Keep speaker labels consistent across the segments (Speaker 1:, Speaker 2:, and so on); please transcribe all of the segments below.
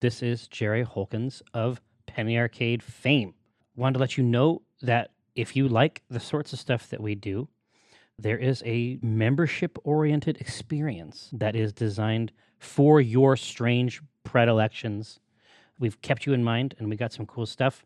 Speaker 1: This is Jerry Holkins of Penny Arcade fame. Wanted to let you know that if you like the sorts of stuff that we do, there is a membership oriented experience that is designed for your strange predilections. We've kept you in mind and we got some cool stuff.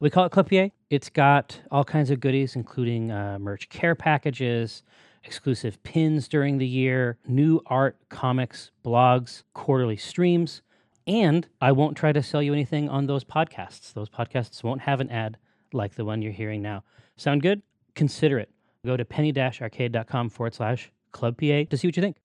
Speaker 1: We call it Clipier. It's got all kinds of goodies, including uh, merch care packages, exclusive pins during the year, new art, comics, blogs, quarterly streams. And I won't try to sell you anything on those podcasts. Those podcasts won't have an ad like the one you're hearing now. Sound good? Consider it. Go to penny arcade.com forward slash club PA to see what you think.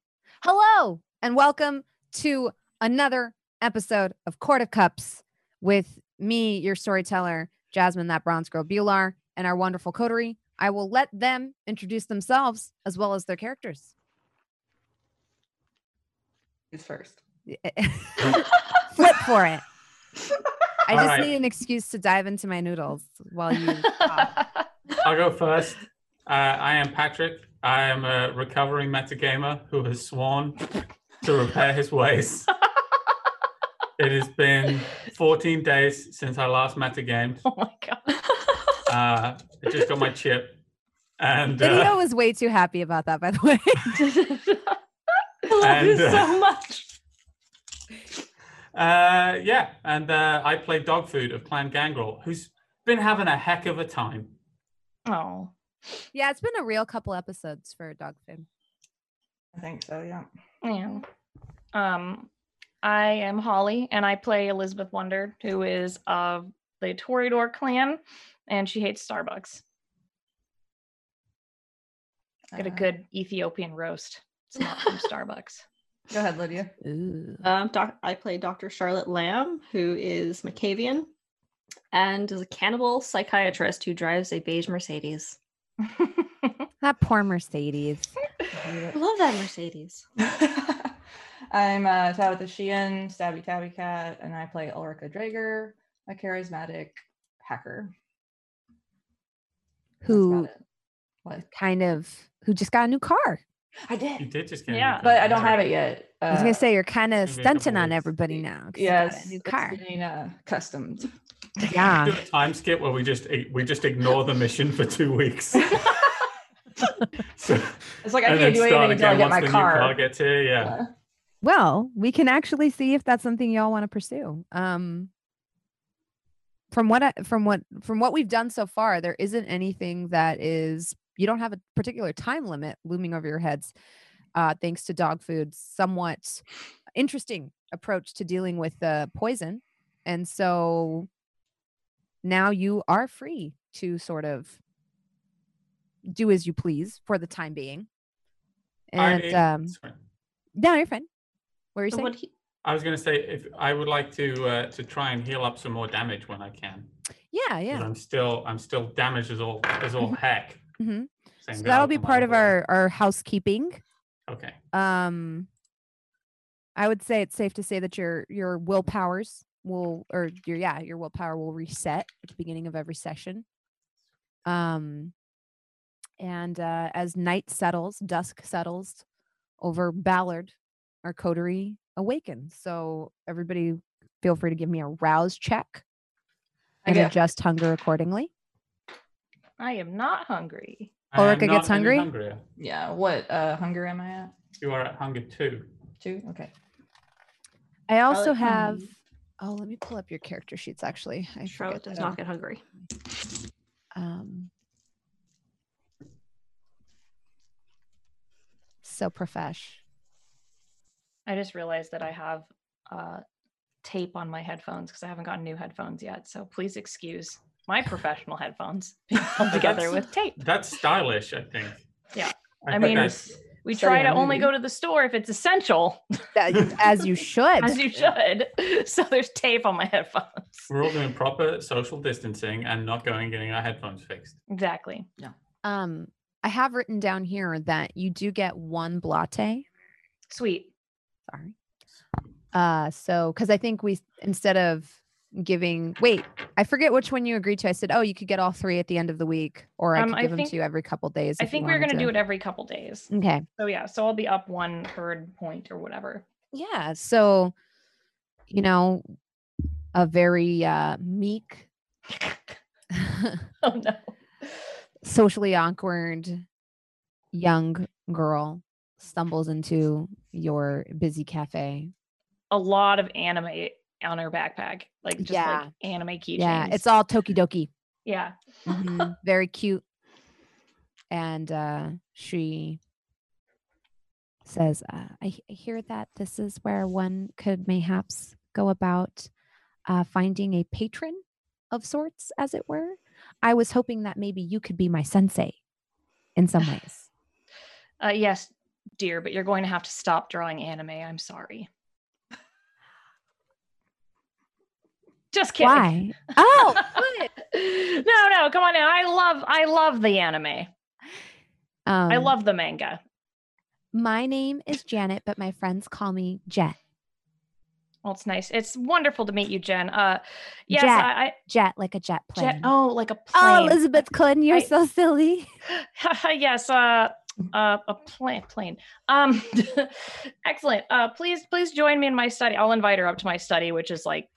Speaker 2: Hello and welcome to another episode of Court of Cups with me, your storyteller, Jasmine, that bronze girl Bular, and our wonderful coterie. I will let them introduce themselves as well as their characters.
Speaker 3: Who's first?
Speaker 2: Flip for it. I
Speaker 4: All
Speaker 2: just
Speaker 4: right.
Speaker 2: need an excuse to dive into my noodles while you talk.
Speaker 4: I'll go first. Uh, I am Patrick. I am a recovering metagamer who has sworn to repair his ways. it has been 14 days since I last metagamed.
Speaker 5: Oh my god.
Speaker 4: Uh, I just got my chip. And
Speaker 2: Video
Speaker 4: uh,
Speaker 2: was way too happy about that, by the way.
Speaker 5: I love you
Speaker 4: And, uh,
Speaker 5: so much.
Speaker 4: uh, yeah, and uh, I play Dog Food of Clan Gangrel, who's been having a heck of a time.
Speaker 5: Oh.
Speaker 2: yeah, it's been a real couple episodes for Dog Food.
Speaker 3: I think so, yeah.
Speaker 5: Yeah. Um, I am Holly, and I play Elizabeth Wonder, who is of the Toreador clan, and she hates Starbucks. Got a
Speaker 3: Uh,
Speaker 5: good Ethiopian roast. It's not from Starbucks.
Speaker 3: Go ahead, Lydia.
Speaker 2: Ooh.
Speaker 6: Um, doc- I play Dr. Charlotte Lamb, who is Macavian and is a cannibal psychiatrist who drives a beige Mercedes.
Speaker 2: That poor Mercedes.
Speaker 6: I love that Mercedes.
Speaker 3: I'm uh, Tabitha Sheehan, Stabby Tabby Cat, and I play Ulrika Draeger, a charismatic hacker. That's
Speaker 2: Who
Speaker 3: about it. What?
Speaker 2: kind of who just got a new car.
Speaker 3: I
Speaker 4: You
Speaker 3: did,
Speaker 4: did just get a new
Speaker 5: Yeah.
Speaker 3: but I don't
Speaker 4: car.
Speaker 3: have it yet. Uh,
Speaker 2: I was gonna say you're kind of
Speaker 4: maybe a couple
Speaker 2: stunting on
Speaker 4: weeks.
Speaker 2: everybody now. 'cause you got
Speaker 3: Yes,
Speaker 2: a new
Speaker 3: it's
Speaker 2: car.
Speaker 3: Being uh, customed.
Speaker 2: Yeah.
Speaker 4: Do a time skip where we just we just ignore the mission for two weeks. So-
Speaker 3: It's like I can't do anything until I get my
Speaker 4: the
Speaker 3: car.
Speaker 4: new car gets here. Yeah.
Speaker 3: Uh,
Speaker 2: Well, we can actually see if that's something y'all want to pursue. Um, from what I, from what from what we've done so far, there isn't anything that is you don't have a particular time limit looming over your heads, uh, thanks to dog food's somewhat interesting approach to dealing with the poison, and so now you are free to sort of do as you please for the time being.
Speaker 4: I-
Speaker 2: And um,
Speaker 4: Sorry.
Speaker 2: no, you're fine. What are you
Speaker 6: So
Speaker 2: saying?
Speaker 6: what he-
Speaker 4: I was going to say if I would like to uh, to try and heal up some more damage when I can. 'cause
Speaker 2: yeah, yeah.
Speaker 4: I'm still I'm still damaged as all as all heck.
Speaker 2: Mhm.
Speaker 4: Same
Speaker 2: So
Speaker 4: goes
Speaker 2: that'll
Speaker 4: for
Speaker 2: be
Speaker 4: my
Speaker 2: part of
Speaker 4: other
Speaker 2: our our housekeeping.
Speaker 4: one. Okay.
Speaker 2: Um, I would say it's safe to say that your your willpowers will or your yeah your willpower will reset at the beginning of every session. Um, and uh, as night settles, dusk settles over Ballard, our coterie awakens. So everybody, feel free to give me a rouse check
Speaker 3: I
Speaker 2: and
Speaker 3: get-
Speaker 2: adjust hunger accordingly.
Speaker 5: I am not hungry.
Speaker 4: I am
Speaker 2: Ulrika
Speaker 4: not
Speaker 2: gets
Speaker 4: any
Speaker 2: hungry?
Speaker 4: hungrier.
Speaker 3: yeah. What uh, hunger am I at?
Speaker 4: You are at hunger too.
Speaker 3: Two. Okay.
Speaker 2: I also
Speaker 6: Charlotte,
Speaker 2: have.
Speaker 6: um,
Speaker 2: Oh, let me pull up your character sheets. Actually, I
Speaker 6: Charlotte
Speaker 2: forget
Speaker 6: does
Speaker 2: that
Speaker 6: not get hungry.
Speaker 2: all. Um, so profesh.
Speaker 5: I just realized that I have uh, tape on my headphones because I haven't gotten new headphones yet. So please excuse my professional headphones being held together with tape.
Speaker 4: That's stylish, I think.
Speaker 5: Yeah.
Speaker 4: I,
Speaker 5: I
Speaker 4: think
Speaker 5: mean,
Speaker 4: that's-
Speaker 5: We
Speaker 3: Starting
Speaker 5: try to
Speaker 3: a
Speaker 5: only
Speaker 3: movie.
Speaker 5: go to the store if it's essential,
Speaker 2: That- as you should.
Speaker 5: as you should. So there's tape on my headphones.
Speaker 2: Mm.
Speaker 4: we're all doing proper social distancing and not going and getting our headphones fixed.
Speaker 5: Exactly.
Speaker 2: um, I have written down here that you do get one blate.
Speaker 5: Sweet.
Speaker 2: Sorry. Uh, so because I think we instead of giving wait, I forget which one you agreed to. I said, oh, you could get all three at the end of the week, or I
Speaker 5: Um,
Speaker 2: could
Speaker 5: I
Speaker 2: give them
Speaker 5: think-
Speaker 2: to you every couple days.
Speaker 5: I
Speaker 2: if you
Speaker 5: think we're
Speaker 2: wanted
Speaker 5: going to do it every couple days.
Speaker 2: Okay.
Speaker 5: So yeah, so I'll be up one herd point or whatever.
Speaker 2: yeah so you know a very uh, meek,
Speaker 5: oh no.
Speaker 2: socially awkward young girl stumbles into your busy cafe.
Speaker 5: A lot of anime on her backpack, like just
Speaker 2: Yeah.
Speaker 5: like anime keychains.
Speaker 2: Yeah, it's all Tokidoki.
Speaker 5: yeah. Mm-hmm.
Speaker 2: Mhm, very cute. And uh, she says, uh, I, he- I hear that this is where one could mayhaps go about uh, finding a patron of sorts, as it were. I was hoping that maybe you could be my sensei in some ways.
Speaker 5: Uh, yes, dear, but you're going to have to stop drawing anime. I'm sorry. Just kidding.
Speaker 2: Why? Oh,
Speaker 5: no, no, come on in. I love, I love the anime. I
Speaker 2: um,
Speaker 5: love the manga.
Speaker 2: My name is Janet, but my friends call me Jet.
Speaker 5: Well, it's nice. It's wonderful to meet you, Jen. Uh, yes,
Speaker 2: Jet.
Speaker 5: I, I
Speaker 2: Jet, like a jet plane.
Speaker 5: Jet. Oh, like a
Speaker 2: Oh,
Speaker 5: plane.
Speaker 2: Elizabeth Clinton, you're
Speaker 5: I-
Speaker 2: so silly.
Speaker 5: yes, uh, uh, a plane, plane. Um, excellent. Uh, please, please join me in my study. I'll invite her up to my study, which is like,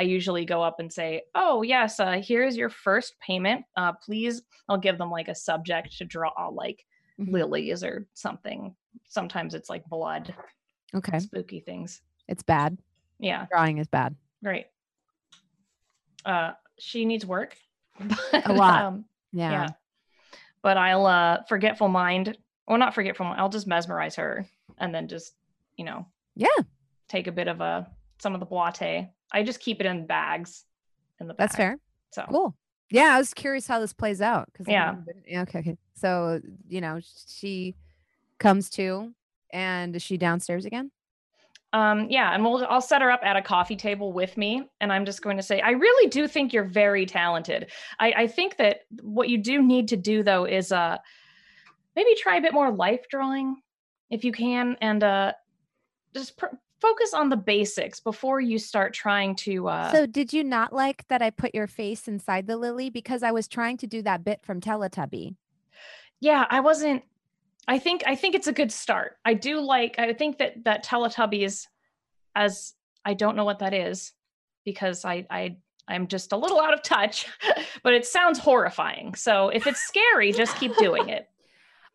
Speaker 5: I usually go up and say, "Oh yes, uh, here's your first payment. Uh, please." I'll give them like a subject to draw, like
Speaker 2: Mhm.
Speaker 5: lilies or something. Sometimes it's like blood,
Speaker 2: Okay,
Speaker 5: spooky things.
Speaker 2: it's bad.
Speaker 5: Yeah,
Speaker 2: Drawing is bad.
Speaker 5: great. Uh, she needs work. but,
Speaker 2: lot.
Speaker 5: um,
Speaker 2: Yeah.
Speaker 5: yeah. But I'll uh forgetful mind. Well, not forgetful. Mind, I'll just mesmerize her and then just, you know,
Speaker 2: Yeah.
Speaker 5: take a bit of a some of the boite. I just keep it in bags in the
Speaker 2: that's
Speaker 5: back,
Speaker 2: fair.
Speaker 5: So
Speaker 2: Cool. Yeah, I was curious how this plays out. 'cause I
Speaker 5: Yeah.
Speaker 2: haven't been- yeah. Okay. Okay. So you know, she comes to, and is she downstairs again?
Speaker 5: um yeah, and we'll I'll set her up at a coffee table with me and I'm just going to say, I really do think you're very talented. I, I think that what you do need to do though is uh maybe try a bit more life drawing if you can and uh just pr- focus on the basics before you start trying to uh
Speaker 2: so did you not like that I put your face inside the lily because I was trying to do that bit from Teletubby?
Speaker 5: yeah i wasn't i think i think it's a good start i do like i think that that teletubbies as i don't know what that is because i i i'm just a little out of touch but it sounds horrifying so if it's scary just keep doing it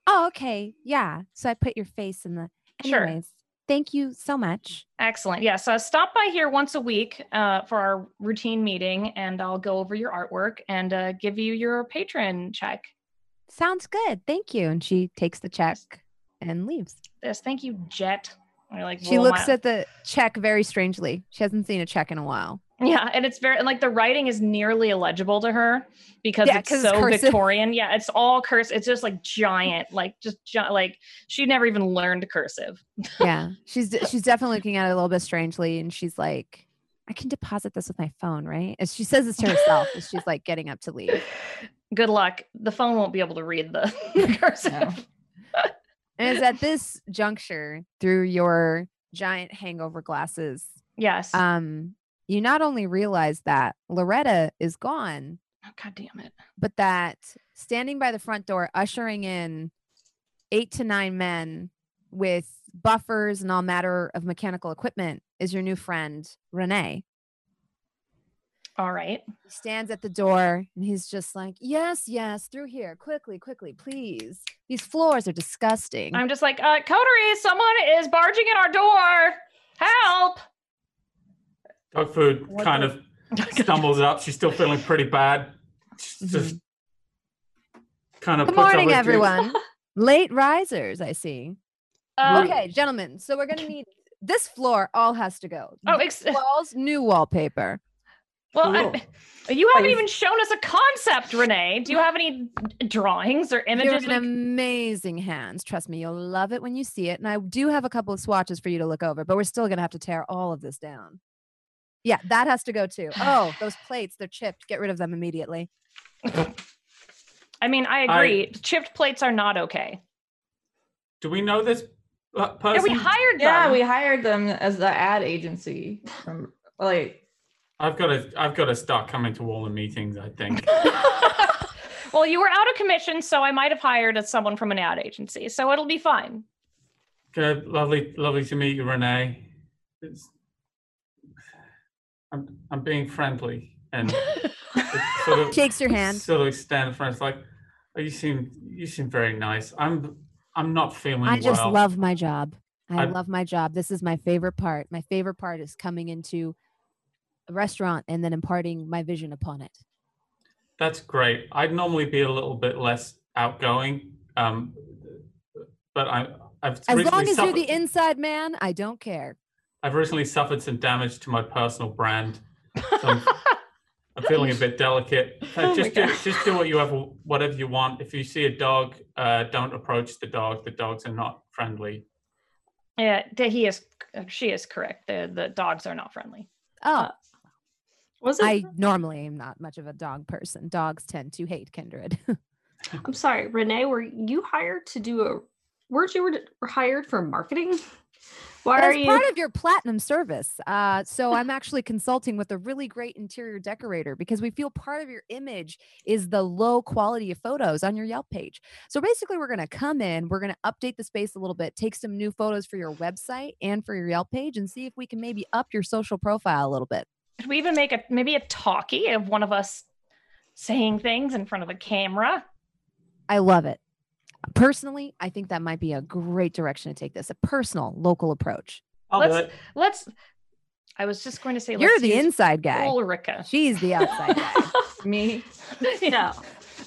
Speaker 2: Oh, okay. Yeah. So I put your face in the.
Speaker 5: Sure.
Speaker 2: Anyways, thank you so much.
Speaker 5: excellent yeah so stop by here once a week uh, for our routine meeting and i'll go over your artwork and uh, give you your patron check
Speaker 2: Sounds good. Thank you. And she takes the check and leaves.
Speaker 5: this thank you jet I, like
Speaker 2: She
Speaker 5: roll my-
Speaker 2: looks at the check very strangely. She hasn't seen a check in a while.
Speaker 5: Yeah, and it's very and like the writing is nearly illegible to her because
Speaker 2: Yeah,
Speaker 5: it's
Speaker 2: 'cause
Speaker 5: so
Speaker 2: it's cursive.
Speaker 5: Victorian. Yeah, it's all curse. It's just like giant, like just gi- like she never even learned cursive.
Speaker 2: Yeah. She's de- she's definitely looking at it a little bit strangely and she's like, I can deposit this with my phone, right? And she says this to herself as she's like getting up to leave.
Speaker 5: Good luck. The phone won't be able to read the, the cursive.
Speaker 2: And it's at this juncture through your giant hangover glasses.
Speaker 5: Yes.
Speaker 2: Um, you not only realize that Loretta is gone,
Speaker 5: oh, God damn it.
Speaker 2: but that standing by the front door ushering in eight to nine men with buffers and all matter of mechanical equipment is your new friend renee
Speaker 5: All right.
Speaker 2: he stands at the door and he's just like yes yes through here quickly quickly please these floors are disgusting
Speaker 5: I'm just like, uh, Coterie, someone is barging in our door. Help.
Speaker 4: Dog food
Speaker 5: What
Speaker 4: kind
Speaker 5: the-
Speaker 4: of stumbles up. She's still feeling pretty bad. She's just kind of
Speaker 2: Mm-hmm. good
Speaker 4: puts up
Speaker 2: morning
Speaker 4: her cheeks.
Speaker 2: everyone late risers i see
Speaker 5: Uh,
Speaker 2: okay gentlemen so we're gonna need this floor all has to go
Speaker 5: Oh, ex-
Speaker 2: walls new wallpaper
Speaker 5: well, I- you haven't
Speaker 6: Please.
Speaker 5: even shown us a concept, Renee. Do you have any drawings or
Speaker 2: You're
Speaker 5: images?
Speaker 2: in amazing hands. Trust me, you'll love it when you see it. And I do have a couple of swatches for you to look over, but we're still going to have to tear all of this down. Yeah, that has to go too. Oh, those plates, they're chipped. Get rid of them immediately.
Speaker 5: I mean, I
Speaker 4: I-
Speaker 5: agree. Chipped plates are not okay.
Speaker 4: Do we know this uh, person?
Speaker 5: Yeah, we hired them.
Speaker 3: Yeah, we hired them as the ad agency from like
Speaker 4: I've got to. I've got to start coming to all the meetings. I think.
Speaker 5: well, you were out of commission, so I might have hired as someone from an ad agency. So it'll be fine.
Speaker 4: Good. Lovely. Lovely to meet you, Renee. It's, I'm, I'm being friendly and sort of
Speaker 2: Shakes your hand.
Speaker 4: sort of extend friends like oh, you seem you seem very nice. I'm I'm not feeling
Speaker 2: I just
Speaker 4: well.
Speaker 2: love my job. I
Speaker 4: I-
Speaker 2: love my job. This is my favorite part. My favorite part is coming into a restaurant and then imparting my vision upon it.
Speaker 4: That's great. I'd normally be a little bit less outgoing, um, but I, I've
Speaker 2: As long
Speaker 4: recently
Speaker 2: as you're
Speaker 4: suffered,
Speaker 2: the inside man, I don't care.
Speaker 4: I've recently suffered some damage to my personal brand. So I'm, I'm feeling a bit delicate. Uh,
Speaker 6: Oh my
Speaker 4: just, do,
Speaker 6: God.
Speaker 4: just do what you ever, whatever you want. If you see a dog, uh, don't approach the dog. The dogs are not friendly.
Speaker 5: Yeah, th- he is. uh, She is correct. The the dogs are not friendly.
Speaker 2: Oh,
Speaker 6: Was it?
Speaker 2: I normally am not much of a dog person. Dogs tend to hate kindred.
Speaker 6: I'm sorry, Renee. Were you hired to do a? Weren't you were hired for marketing? Why are
Speaker 2: As
Speaker 6: you?
Speaker 2: part of your platinum service. Uh, so I'm actually consulting with a really great interior decorator because we feel part of your image is the low quality of photos on your Yelp page. So basically, we're going to come in, we're going to update the space a little bit, take some new photos for your website and for your Yelp page, and see if we can maybe up your social profile a little bit.
Speaker 5: Could we even make a maybe a talkie of one of us saying things in front of a camera?
Speaker 2: I love it. Personally, I think that might be a great direction to take this a personal, local approach.
Speaker 4: I'll do
Speaker 5: Let's-
Speaker 4: it.
Speaker 5: Let's. I was just going to say
Speaker 2: You're
Speaker 5: let's
Speaker 2: the
Speaker 5: use
Speaker 2: inside guy,
Speaker 5: Ulrica.
Speaker 2: she's the outside guy.
Speaker 3: Me.
Speaker 6: no.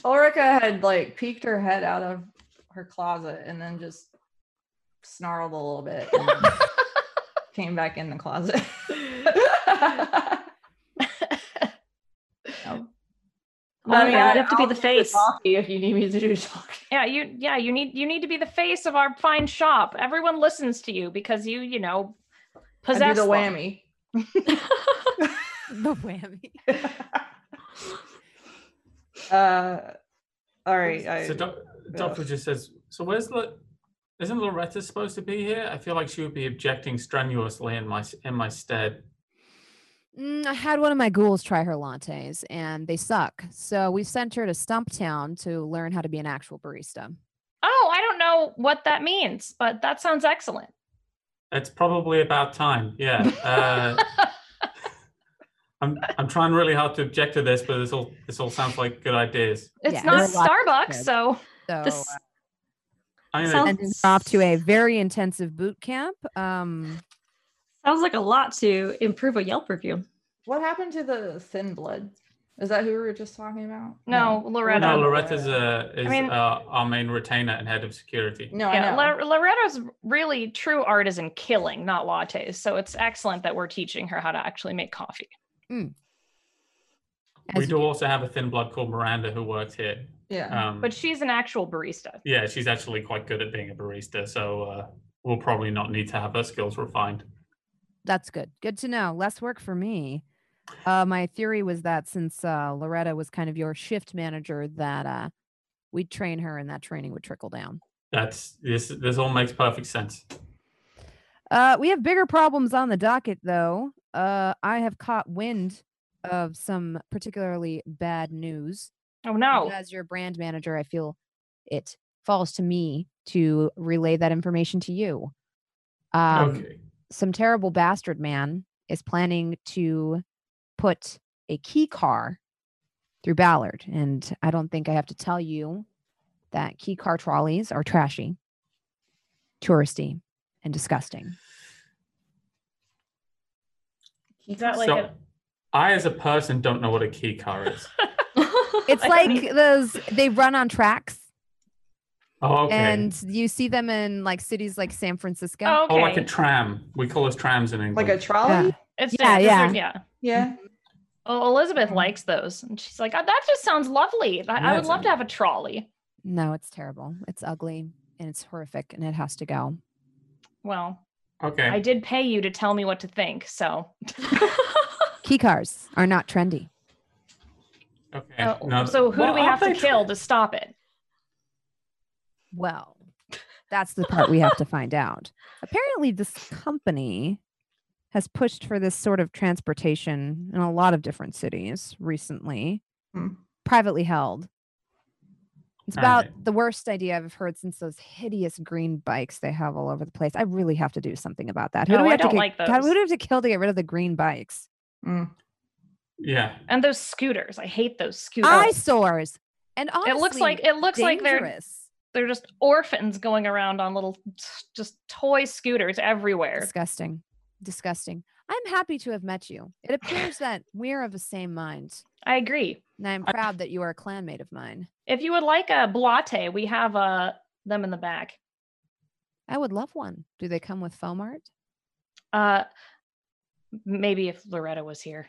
Speaker 2: Oh
Speaker 3: Ulrika had like peeked her head out of her closet and then just snarled a little bit and came back in the closet. No.
Speaker 6: Oh my God,
Speaker 3: I-
Speaker 6: you have to be
Speaker 3: I'll
Speaker 6: the
Speaker 3: do
Speaker 6: face.
Speaker 3: talkie If you need me to do talking.
Speaker 5: Yeah, you yeah, you need you need to be the face of our fine shop. Everyone listens to you because you, you know,
Speaker 3: I do
Speaker 5: possess
Speaker 3: the
Speaker 5: them.
Speaker 3: whammy.
Speaker 2: the whammy.
Speaker 3: uh, all right. I,
Speaker 4: So doc, Doctor just says, so where's the, isn't Loretta supposed to be here? I feel like she would be objecting strenuously in my in my stead.
Speaker 2: Mm, I had one of my ghouls try her lattes and they suck. So we sent her to Stumptown to learn how to be an actual barista.
Speaker 5: Oh, I don't know what that means, but that sounds excellent.
Speaker 4: It's probably about time. Yeah. Uh, I'm I'm trying really hard to object to this, but this all this all sounds like good ideas.
Speaker 5: It's
Speaker 2: Yeah,
Speaker 5: not
Speaker 2: there's a lot
Speaker 5: Starbucks,
Speaker 2: said.
Speaker 5: so
Speaker 2: So
Speaker 6: This,
Speaker 2: uh,
Speaker 4: I'm gonna
Speaker 6: Sounds-
Speaker 2: sending her off to a very intensive boot camp. Um,
Speaker 6: Sounds like a lot to improve a Yelp review.
Speaker 3: what happened to the thin blood? Is that who we were just talking about?
Speaker 5: No, Loretta.
Speaker 4: No, Loretta's uh, is
Speaker 5: I mean-
Speaker 4: uh, our main retainer and head of security.
Speaker 3: No, I
Speaker 5: yeah,
Speaker 3: know.
Speaker 5: Lo- Loretta's really true art is in killing, not lattes. So it's excellent that we're teaching her how to actually make coffee.
Speaker 2: as
Speaker 4: we
Speaker 2: you
Speaker 4: do also have a thin blood called Miranda who works here.
Speaker 3: yeah.
Speaker 4: Um,
Speaker 5: But she's an actual barista.
Speaker 4: yeah, she's actually quite good at being a barista, so uh, we'll probably not need to have her skills refined.
Speaker 2: That's good. Good to know. Less work for me. Uh, my theory was that since uh, Loretta was kind of your shift manager, that uh, we'd train her and that training would trickle down.
Speaker 4: That's this. This all makes perfect sense.
Speaker 2: Uh, we have bigger problems on the docket, though. Uh, I have caught wind of some particularly bad news.
Speaker 5: Oh
Speaker 2: and
Speaker 5: no.
Speaker 2: As your brand manager, I feel it falls to me to relay that information to you. Um,
Speaker 4: okay.
Speaker 2: Some terrible bastard man is planning to put a key car through Ballard. And I don't think I have to tell you that key car trolleys are trashy, touristy, and disgusting.
Speaker 5: Is that like
Speaker 4: so,
Speaker 5: a-
Speaker 4: I, as a person, don't know what a key car is.
Speaker 2: It's
Speaker 5: I don't
Speaker 2: like those they run on tracks
Speaker 4: Oh, okay.
Speaker 2: and you see them in like cities like San Francisco.
Speaker 5: Oh, okay.
Speaker 4: Oh, like a tram. We call us trams in
Speaker 3: Like
Speaker 4: England.
Speaker 3: a trolley?
Speaker 5: it's
Speaker 2: yeah, yeah.
Speaker 5: yeah, yeah. yeah.
Speaker 3: Yeah.
Speaker 5: Oh, Elizabeth
Speaker 3: Mhm.
Speaker 5: likes those. And she's like, oh, that just sounds lovely. I, I would
Speaker 4: Yes.
Speaker 5: love to have a trolley.
Speaker 2: No, it's terrible. It's ugly and it's horrific and it has to go.
Speaker 5: Well,
Speaker 4: okay.
Speaker 5: I did pay you to tell me what to think. So
Speaker 2: Key cars are not trendy.
Speaker 4: okay.
Speaker 5: Oh,
Speaker 4: no,
Speaker 5: so who
Speaker 4: well,
Speaker 5: do we
Speaker 4: aren't
Speaker 5: have to
Speaker 4: they
Speaker 5: kill to stop it?
Speaker 2: Well, that's the part we have to find out. Apparently, this company has pushed for this sort of transportation in a lot of different cities recently,
Speaker 3: Hmm.
Speaker 2: privately held. It's
Speaker 4: All
Speaker 2: about
Speaker 4: right.
Speaker 2: the worst idea I've heard since those hideous green bikes they have all over the place. I really have to do something about that. Who
Speaker 5: No,
Speaker 2: do we
Speaker 5: I
Speaker 2: have to
Speaker 5: don't
Speaker 2: ki-
Speaker 5: like
Speaker 2: God, who
Speaker 5: those.
Speaker 2: do we have to kill to get rid of the green bikes?
Speaker 3: Mm.
Speaker 4: Yeah.
Speaker 5: And those scooters, I hate those scooters.
Speaker 2: Eyesores. And honestly,
Speaker 5: it looks like it looks like they're
Speaker 2: dangerous.
Speaker 5: they're just orphans going around on little just toy scooters everywhere.
Speaker 2: disgusting. Disgusting. I'm happy to have met you. It appears that we're of the same mind.
Speaker 5: I agree.
Speaker 2: And I am
Speaker 4: I-
Speaker 2: proud that you are a clanmate of mine.
Speaker 5: If you would like a blotte, we have uh, them in the back.
Speaker 2: I would love one. Do they come with foam art?
Speaker 5: Uh, maybe if Loretta was here.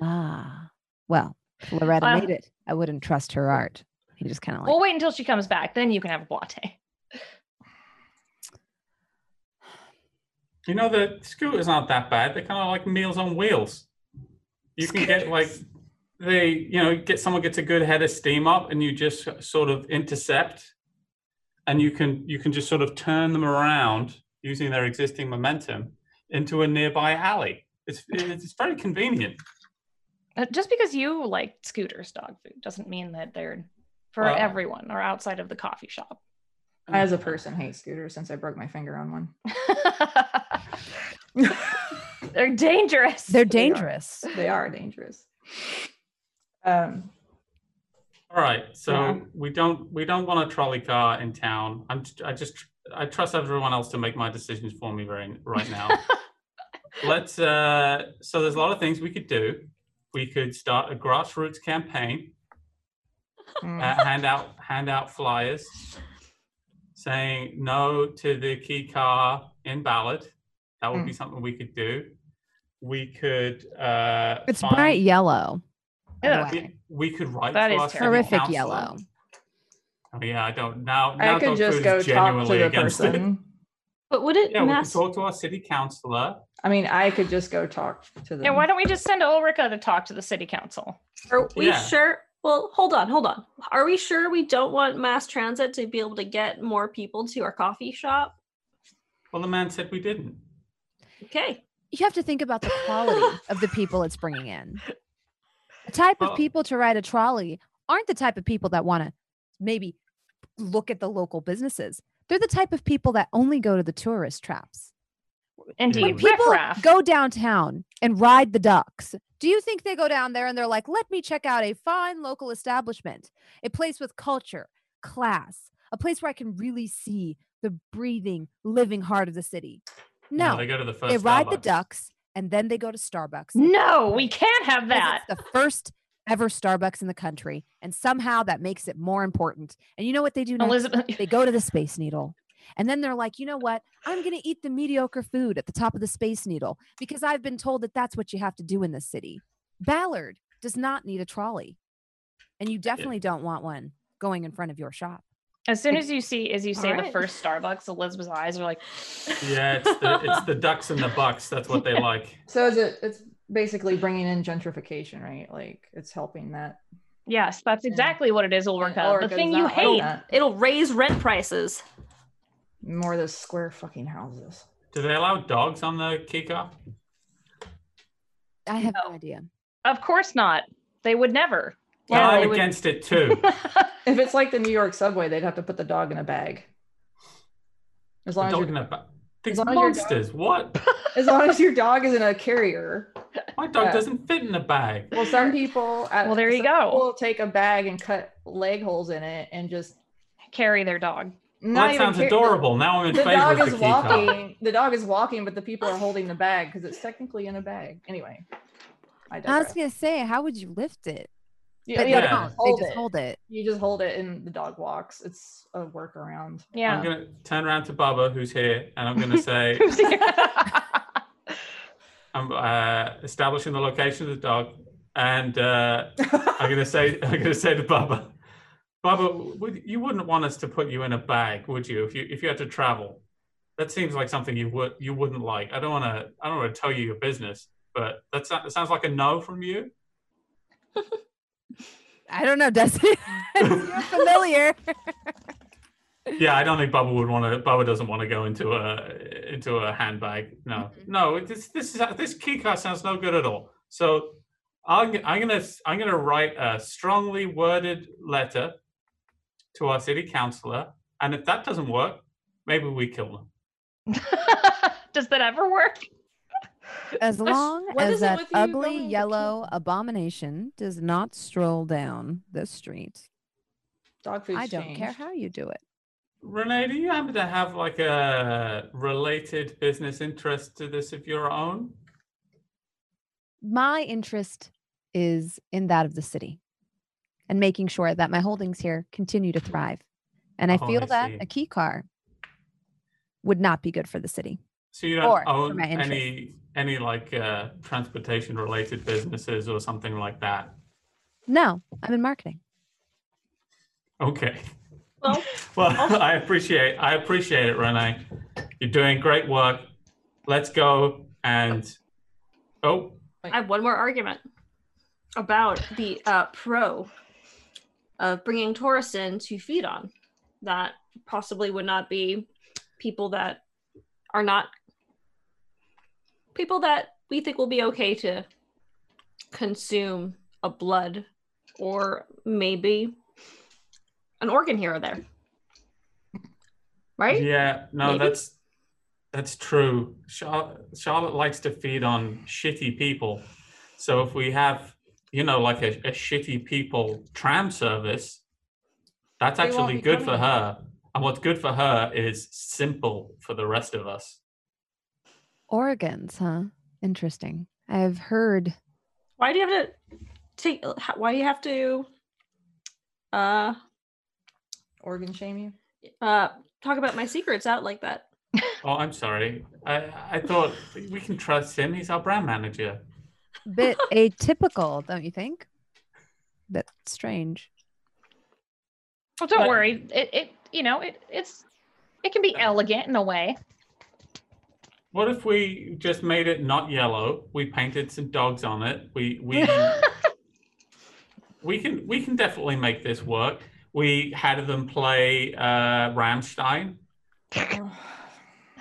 Speaker 2: Ah, well, if Loretta
Speaker 5: Uh,
Speaker 2: made it. I wouldn't trust her art. He just kind of like,
Speaker 5: We'll wait until she comes back, then you can have a blotte.
Speaker 4: You know, the scooters aren't that bad. They're kind of like meals on wheels. You can get like they, you know, get someone gets a good head of steam up, and you just sort of intercept, and you can you can just sort of turn them around using their existing momentum into a nearby alley. It's it's very convenient.
Speaker 5: Uh, Just because you like scooters dog food doesn't mean that they're for
Speaker 4: Well-
Speaker 5: everyone or outside of the coffee shop. Mm-hmm.
Speaker 3: I, as a person, hate scooters since I broke my finger on one.
Speaker 5: they're dangerous.
Speaker 2: they're
Speaker 3: They are-
Speaker 2: dangerous.
Speaker 3: They are dangerous. Um,
Speaker 4: All right, so
Speaker 3: Yeah.
Speaker 4: we don't we don't want a trolley car in town. I'm I just I trust everyone else to make my decisions for me right right now. Let's uh so there's a lot of things we could do. We could start a grassroots campaign,
Speaker 3: mm,
Speaker 4: uh, hand out hand out flyers saying no to the key car in ballot. That would be
Speaker 3: Mm.
Speaker 4: something we could do. We could uh
Speaker 2: It's
Speaker 4: find-
Speaker 2: bright yellow. by the
Speaker 5: Ugh.
Speaker 2: way.
Speaker 4: we, we could write
Speaker 5: That
Speaker 4: to
Speaker 5: is
Speaker 4: our city
Speaker 2: Horrific
Speaker 4: councillor.
Speaker 2: yellow.
Speaker 4: Oh, yeah, I don't now. now
Speaker 3: I could
Speaker 4: dog food
Speaker 3: just
Speaker 4: is
Speaker 3: go talk to
Speaker 4: genuinely
Speaker 3: the
Speaker 4: against it.
Speaker 3: person.
Speaker 6: But would it
Speaker 4: Yeah, we could
Speaker 6: mass?
Speaker 4: talk to our city councillor.
Speaker 3: I mean, I could just go talk to the.
Speaker 5: Yeah, why don't we just send Ulrika to talk to the city council?
Speaker 6: Are we
Speaker 4: Yeah.
Speaker 6: sure? Well, hold on, hold on. Are we sure we don't want mass transit to be able to get more people to our coffee shop?
Speaker 4: Well, the man said we didn't.
Speaker 6: Okay.
Speaker 2: You have to think about the quality of the people it's bringing in. The type of
Speaker 4: Well-
Speaker 2: people to ride a trolley aren't the type of people that want to maybe look at the local businesses. They're the type of people that only go to the tourist traps.
Speaker 5: Indeed,
Speaker 4: When
Speaker 2: people
Speaker 5: riffraff.
Speaker 2: go downtown and ride the ducks. Do you think they go down there and they're like, let me check out a fine local establishment, a place with culture, class, a place where I can really see the breathing, living heart of the city? No,
Speaker 4: they go to the first.
Speaker 2: they ride the
Speaker 4: Starbucks.
Speaker 2: ducks and then they go to Starbucks.
Speaker 5: no, we can't have
Speaker 2: because
Speaker 5: that.
Speaker 2: It's the first ever Starbucks in the country. And somehow that makes it more important. And you know what they do next?
Speaker 5: Elizabeth,
Speaker 2: they go to the space needle and then they're like you know what i'm going to eat the mediocre food at the top of the space needle because i've been told that that's what you have to do in this city ballard does not need a trolley and you definitely don't want one going in front of your shop
Speaker 5: as soon as you see, as you say, the
Speaker 6: Alright.
Speaker 5: first Starbucks, Elizabeth's eyes are like,
Speaker 4: Yeah, it's the, it's the ducks and the bucks. That's what they like.
Speaker 3: So is it? It's basically bringing in gentrification, right? Like it's helping that.
Speaker 5: yes, that's
Speaker 3: Yeah.
Speaker 5: exactly what it is, Ulrika.
Speaker 3: Ulrika
Speaker 5: the
Speaker 3: does
Speaker 5: thing
Speaker 3: not
Speaker 5: you
Speaker 3: like
Speaker 5: hate.
Speaker 3: that.
Speaker 6: It'll raise rent prices.
Speaker 3: More of those square fucking houses.
Speaker 4: Do they allow dogs on the kickoff?
Speaker 2: i have no,
Speaker 5: No.
Speaker 2: idea
Speaker 5: Of course not. They would never.
Speaker 4: No,
Speaker 6: Yeah, they
Speaker 4: I'm
Speaker 6: would-
Speaker 4: against it too.
Speaker 3: If it's like the New York subway, they'd have to put the dog in a bag. As long
Speaker 4: I'm
Speaker 3: as, your,
Speaker 4: talking about these
Speaker 3: long as your dog-
Speaker 4: monsters. What?
Speaker 3: as long as your dog isn't a carrier.
Speaker 4: My dog
Speaker 3: Yeah.
Speaker 4: doesn't fit in a bag.
Speaker 3: Well, some people. At,
Speaker 5: Well, there you
Speaker 3: some
Speaker 5: go.
Speaker 3: People take a bag and cut leg holes in it and just.
Speaker 5: Carry their dog.
Speaker 4: Well,
Speaker 3: Not
Speaker 4: that
Speaker 3: even
Speaker 4: sounds
Speaker 3: car-
Speaker 4: adorable. Now I'm in
Speaker 3: The
Speaker 4: favor
Speaker 3: dog
Speaker 4: of
Speaker 3: is
Speaker 4: the keycar.
Speaker 3: walking. The dog is walking, but the people are holding the bag because it's technically in a bag. Anyway,
Speaker 2: i
Speaker 3: I
Speaker 2: was
Speaker 3: digress.
Speaker 2: going to say how would you lift it
Speaker 3: Yeah,
Speaker 2: but
Speaker 3: yeah,
Speaker 2: they
Speaker 4: yeah.
Speaker 2: don't they just hold it
Speaker 3: You just hold it, and the dog walks. It's a workaround.
Speaker 5: Yeah.
Speaker 4: I'm gonna turn around to Bubba, who's here, and I'm gonna say, I'm uh, establishing the location of the dog, and uh, I'm gonna say I'm gonna say to Bubba, Bubba, would, you wouldn't want us to put you in a bag, would you? If you if you had to travel, that seems like something you would you wouldn't like. I don't want to I don't want to tell you your business, but that sounds, sounds like a no from you.
Speaker 2: i don't know does it you're familiar
Speaker 4: Yeah, I don't think Bubba would want to. Bubba doesn't want to go into a into a handbag. No,
Speaker 2: Mm-hmm.
Speaker 4: no. This this is this key card sounds no good at all. So I'm I'm gonna I'm gonna write a strongly worded letter to our city councilor, and if that doesn't work, maybe we kill them.
Speaker 5: Does that ever work?
Speaker 2: As
Speaker 7: I s-
Speaker 2: long
Speaker 7: what
Speaker 2: as
Speaker 7: is it
Speaker 2: that
Speaker 7: with you going
Speaker 2: ugly
Speaker 7: to
Speaker 2: yellow
Speaker 7: Canada?
Speaker 2: abomination does not stroll down the street,
Speaker 3: Dog food.
Speaker 2: I don't care how you do it.
Speaker 4: Renee, do you happen to have like a related business interest to this of your own?
Speaker 2: My interest is in that of the city and making sure that my holdings here continue to thrive. And I
Speaker 4: Oh,
Speaker 2: feel
Speaker 4: I
Speaker 2: that
Speaker 4: see.
Speaker 2: a key car would not be good for the city.
Speaker 4: So you
Speaker 2: Or
Speaker 4: don't
Speaker 2: for
Speaker 4: own
Speaker 2: my interest.
Speaker 4: any any like uh, transportation related businesses or something like that.
Speaker 2: No, I'm in marketing.
Speaker 4: Okay.
Speaker 6: Well,
Speaker 4: Well, I appreciate I appreciate it, Renee. You're doing great work. Let's go and oh,
Speaker 6: I have one more argument about the uh, pro of bringing tourists in to feed on that possibly would not be people that are not people that we think will be okay to consume a blood or maybe an organ here or there. Right?
Speaker 4: yeah, no,
Speaker 6: Maybe?
Speaker 4: that's that's true. Char- Charlotte likes to feed on shitty people. So if we have, you know, like a, a shitty people tram service, that's
Speaker 3: They won't
Speaker 4: actually
Speaker 3: be
Speaker 4: good for
Speaker 3: coming.
Speaker 4: her. And what's good for her is simple for the rest of us.
Speaker 2: Oregon's, huh? Interesting. I've heard
Speaker 6: Why do you have to take? how- Why do you have to uh,
Speaker 3: Organ shame you.
Speaker 6: uh, talk about my secrets out like that?
Speaker 4: Oh, I'm sorry. I I thought we can trust him. He's our brand manager.
Speaker 2: bit atypical, don't you think? Bit strange.
Speaker 5: Well, don't
Speaker 4: But-
Speaker 5: worry. It, it you know it it's it can be elegant in a way.
Speaker 4: What if we just made it not yellow? We painted some dogs on it. We we we can we can definitely make this work. We had them play uh Ramstein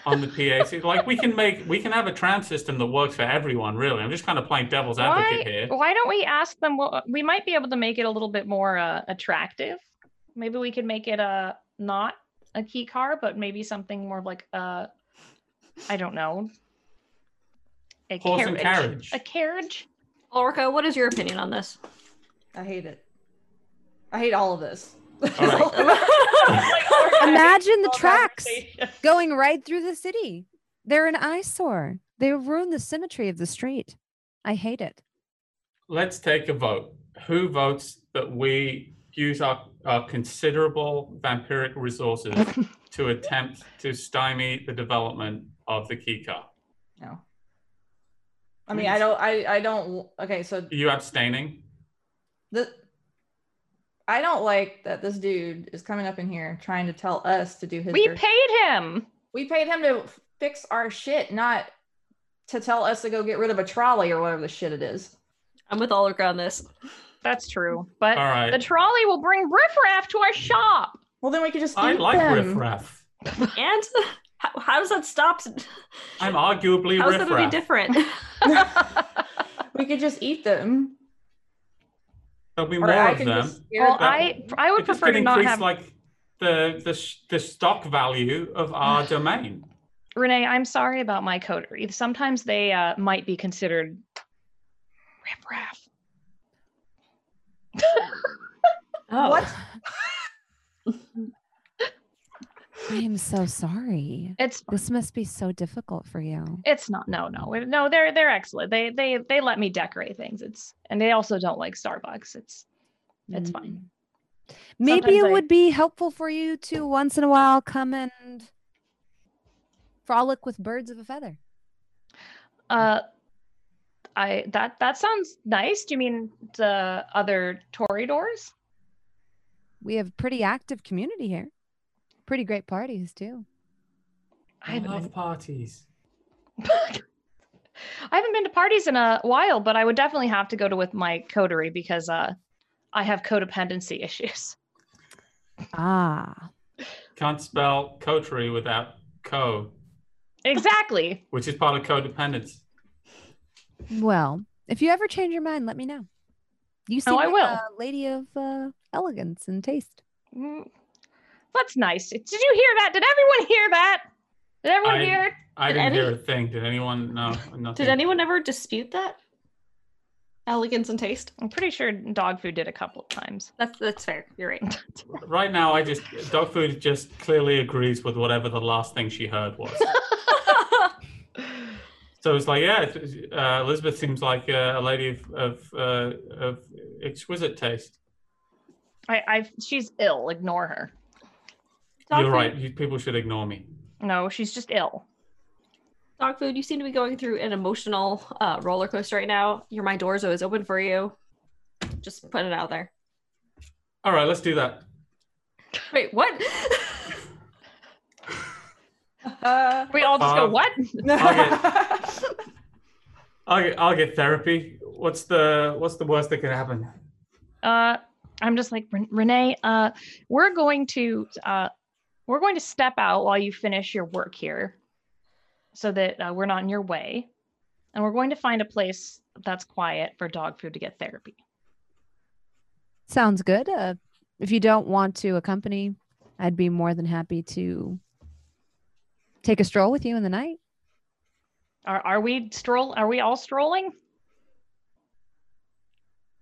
Speaker 4: on the PAC. like we can make we can have a tram system that works for everyone, really. I'm just kind of playing devil's advocate
Speaker 5: Why
Speaker 4: here.
Speaker 5: why don't we ask them? What, we might be able to make it a little bit more uh, attractive. Maybe we could make it a not a key car, but maybe something more of like a I don't know a
Speaker 4: Horse
Speaker 5: carriage.
Speaker 4: and carriage.
Speaker 5: A carriage.
Speaker 6: Ulrica, what is your opinion on this?
Speaker 3: I hate it. I hate all of this.
Speaker 4: All right.
Speaker 2: Imagine the tracks
Speaker 5: Conversation.
Speaker 2: going right through the city. They're an eyesore. They ruin the symmetry of the street. I hate it.
Speaker 4: Let's take a vote. Who votes that we use our, our considerable vampiric resources to attempt to stymie the development of the key car?
Speaker 3: No. I mean, I don't. I I don't. Okay, so
Speaker 4: Are you abstaining?
Speaker 3: the. I don't like that this dude is coming up in here trying to tell us to do his.
Speaker 5: We
Speaker 3: dirty-
Speaker 5: paid him.
Speaker 3: we paid him to fix our shit, not to tell us to go get rid of a trolley or whatever the shit it is.
Speaker 6: I'm with Ulrica on this.
Speaker 5: That's true, but
Speaker 4: All right.
Speaker 5: the trolley will bring riffraff to our shop.
Speaker 3: Well, then we could just.
Speaker 4: I
Speaker 3: eat
Speaker 4: like
Speaker 3: them.
Speaker 4: riffraff.
Speaker 6: And how, how does that stop?
Speaker 4: I'm arguably
Speaker 6: How's that any
Speaker 4: riffraff.
Speaker 6: different?
Speaker 3: We could just eat them.
Speaker 4: There'll be
Speaker 3: Or
Speaker 4: more
Speaker 3: I
Speaker 4: of
Speaker 3: can
Speaker 4: them.
Speaker 3: just.
Speaker 5: Well,
Speaker 4: that-
Speaker 5: I I would
Speaker 4: It just
Speaker 5: prefer
Speaker 4: could
Speaker 5: to not
Speaker 4: increase
Speaker 5: have
Speaker 4: like the, the sh- the stock value of our domain.
Speaker 5: Renee, I'm sorry about my coterie. Sometimes they uh, might be considered riffraff.
Speaker 6: oh.
Speaker 3: What?
Speaker 2: I am so sorry.
Speaker 5: It's
Speaker 2: This must be so difficult for you.
Speaker 5: it's not no no it- no they're they're excellent. They they they let me decorate things. It's and they also don't like Starbucks. It's it's fine.
Speaker 2: Mm. Maybe
Speaker 5: Sometimes
Speaker 2: it
Speaker 5: I-
Speaker 2: would be helpful for you to once in a while come and frolic with birds of a feather.
Speaker 5: Uh, I that that sounds nice. Do you mean the other Torridors?
Speaker 2: We have a pretty active community here. Pretty great parties too.
Speaker 4: I love parties.
Speaker 5: I haven't been to parties in a while, but I would definitely have to go to with my coterie because uh, I have codependency issues.
Speaker 2: Ah.
Speaker 4: Can't spell coterie without co,
Speaker 5: Exactly.
Speaker 4: which is part of codependence.
Speaker 2: Well, if you ever change your mind, let me know. You seem
Speaker 5: Oh, I
Speaker 2: like
Speaker 5: will.
Speaker 2: a lady of uh, elegance and taste.
Speaker 5: Mm. That's nice. Did you hear that? Did everyone hear that? Did everyone
Speaker 4: I-
Speaker 5: hear it?
Speaker 4: I
Speaker 6: Did
Speaker 4: didn't
Speaker 6: any-
Speaker 4: hear a thing. Did anyone? No, nothing.
Speaker 6: Did anyone ever dispute that? Elegance and taste?
Speaker 5: I'm pretty sure dog food did a couple of times.
Speaker 6: That's that's fair. You're right.
Speaker 4: Right now, I just dog food just clearly agrees with whatever the last thing she heard was. so it's like, yeah, it's- uh, Elizabeth seems like a, a lady of of, uh, of exquisite taste.
Speaker 5: I, I she's ill. Ignore her.
Speaker 6: Dog
Speaker 4: You're
Speaker 6: food,
Speaker 4: right. You, people should ignore me.
Speaker 5: No, she's just ill.
Speaker 6: Dog food, you seem to be going through an emotional uh, roller coaster right now. Your my door's always open for you. Just putting it out there.
Speaker 4: All right, let's do that.
Speaker 6: Wait, what?
Speaker 3: Uh,
Speaker 5: We all just go
Speaker 4: Um,
Speaker 5: what?
Speaker 4: I'll get, I'll get therapy. What's the what's the worst that could happen?
Speaker 5: Uh, I'm just like "Ren- Renee. Uh, we're going to uh, we're going to step out while you finish your work here, so that uh, we're not in your way, and we're going to find a place that's quiet for dog food to get therapy.
Speaker 2: Sounds good. Uh, if you don't want to accompany, I'd be more than happy to take a stroll with you in the night.
Speaker 5: Are are we stroll? Are we all strolling?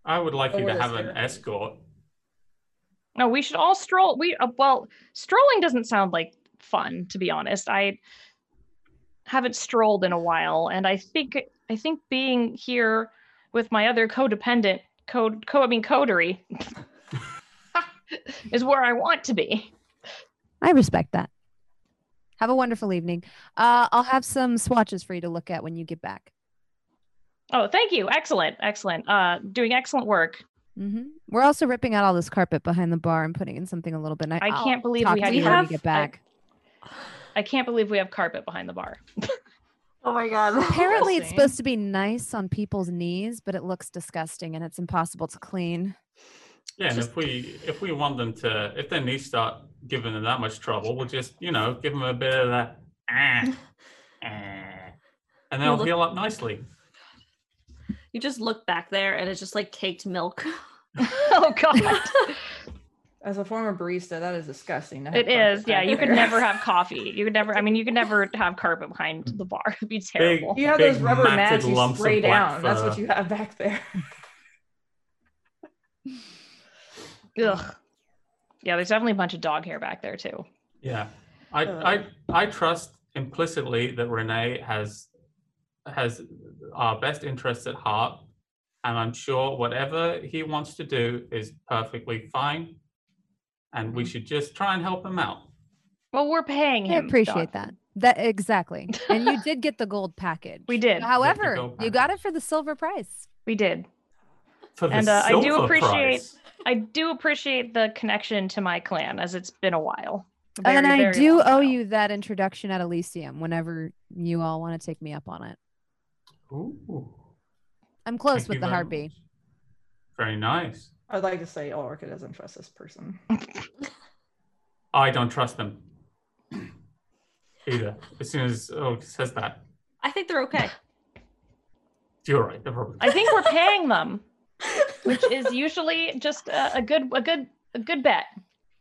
Speaker 4: I would like
Speaker 3: Oh,
Speaker 4: you
Speaker 3: what
Speaker 4: to
Speaker 3: is
Speaker 4: have an
Speaker 3: therapy?
Speaker 4: escort.
Speaker 5: No, we should all stroll. We uh, well, strolling doesn't sound like fun to be honest. I haven't strolled in a while, and I think I think being here with my other codependent code co I mean coterie is where I want to be.
Speaker 2: I respect that. Have a wonderful evening. Uh, I'll have some swatches for you to look at when you get back.
Speaker 5: Oh, thank you. Excellent, excellent. Uh, doing excellent work.
Speaker 2: hmm We're also ripping out all this carpet behind the bar and putting in something a little bit. ni-
Speaker 5: I
Speaker 2: I'll
Speaker 5: can't believe
Speaker 2: talk
Speaker 5: we
Speaker 2: to
Speaker 5: had
Speaker 2: you
Speaker 6: to
Speaker 2: when
Speaker 5: carpet.
Speaker 2: we
Speaker 6: have-
Speaker 2: get back.
Speaker 5: I can't believe we have carpet behind the bar.
Speaker 6: oh my god.
Speaker 2: Apparently, it's
Speaker 3: Interesting.
Speaker 2: supposed to be nice on people's knees, but it looks disgusting and it's impossible to clean.
Speaker 4: Yeah, and
Speaker 5: Just-
Speaker 4: if we if we want them to if their knees start giving them that much trouble, we'll just you know give them a bit of that, ah, ah, and they'll
Speaker 6: look-
Speaker 4: heal up nicely.
Speaker 6: You just look back there and it's just like caked milk.
Speaker 5: oh God,
Speaker 3: As a former barista, that is disgusting. to have
Speaker 5: it
Speaker 3: carpet
Speaker 5: is. Yeah,
Speaker 3: back
Speaker 5: you could
Speaker 3: there.
Speaker 5: never have coffee. You could never. I mean, you could never have carpet behind the bar. It'd be terrible.
Speaker 3: You have
Speaker 4: Big
Speaker 3: those rubber
Speaker 4: matted
Speaker 3: mats you
Speaker 4: lumps of
Speaker 3: spray
Speaker 4: black
Speaker 3: down. That's what
Speaker 4: fur.
Speaker 3: you have back there.
Speaker 5: Ugh. Yeah, there's definitely a bunch of dog hair back there too.
Speaker 4: Yeah, I I I trust implicitly that Renee has has our best interests at heart, and I'm sure whatever he wants to do is perfectly fine, and
Speaker 5: Mm-hmm.
Speaker 4: we should just try and help him out.
Speaker 5: Well, we're paying
Speaker 2: I
Speaker 5: him.
Speaker 2: appreciate
Speaker 5: dog.
Speaker 2: that. That exactly. And you did get the gold package.
Speaker 5: We did.
Speaker 2: However,
Speaker 4: gold
Speaker 2: you got it for the silver price.
Speaker 5: We did.
Speaker 4: For the
Speaker 5: And, uh, I do
Speaker 4: silver
Speaker 5: appreciate-
Speaker 4: price.
Speaker 5: I do appreciate the connection to my clan, as it's been a while. A
Speaker 2: and
Speaker 5: very,
Speaker 2: I
Speaker 5: very
Speaker 2: do
Speaker 5: long
Speaker 2: owe
Speaker 5: while.
Speaker 2: you that introduction at Elysium whenever you all want to take me up on it.
Speaker 4: Ooh.
Speaker 2: I'm close
Speaker 4: Thank
Speaker 2: with
Speaker 4: you
Speaker 2: the
Speaker 4: very
Speaker 2: harpy.
Speaker 4: much. Very nice.
Speaker 3: I'd like to say Ulrika doesn't trust this person.
Speaker 4: I don't trust them either. As soon as oh it says that,
Speaker 6: I think they're okay.
Speaker 4: you're right. They're probably
Speaker 5: I think we're paying them, which is usually just a, a good, a good, a good bet.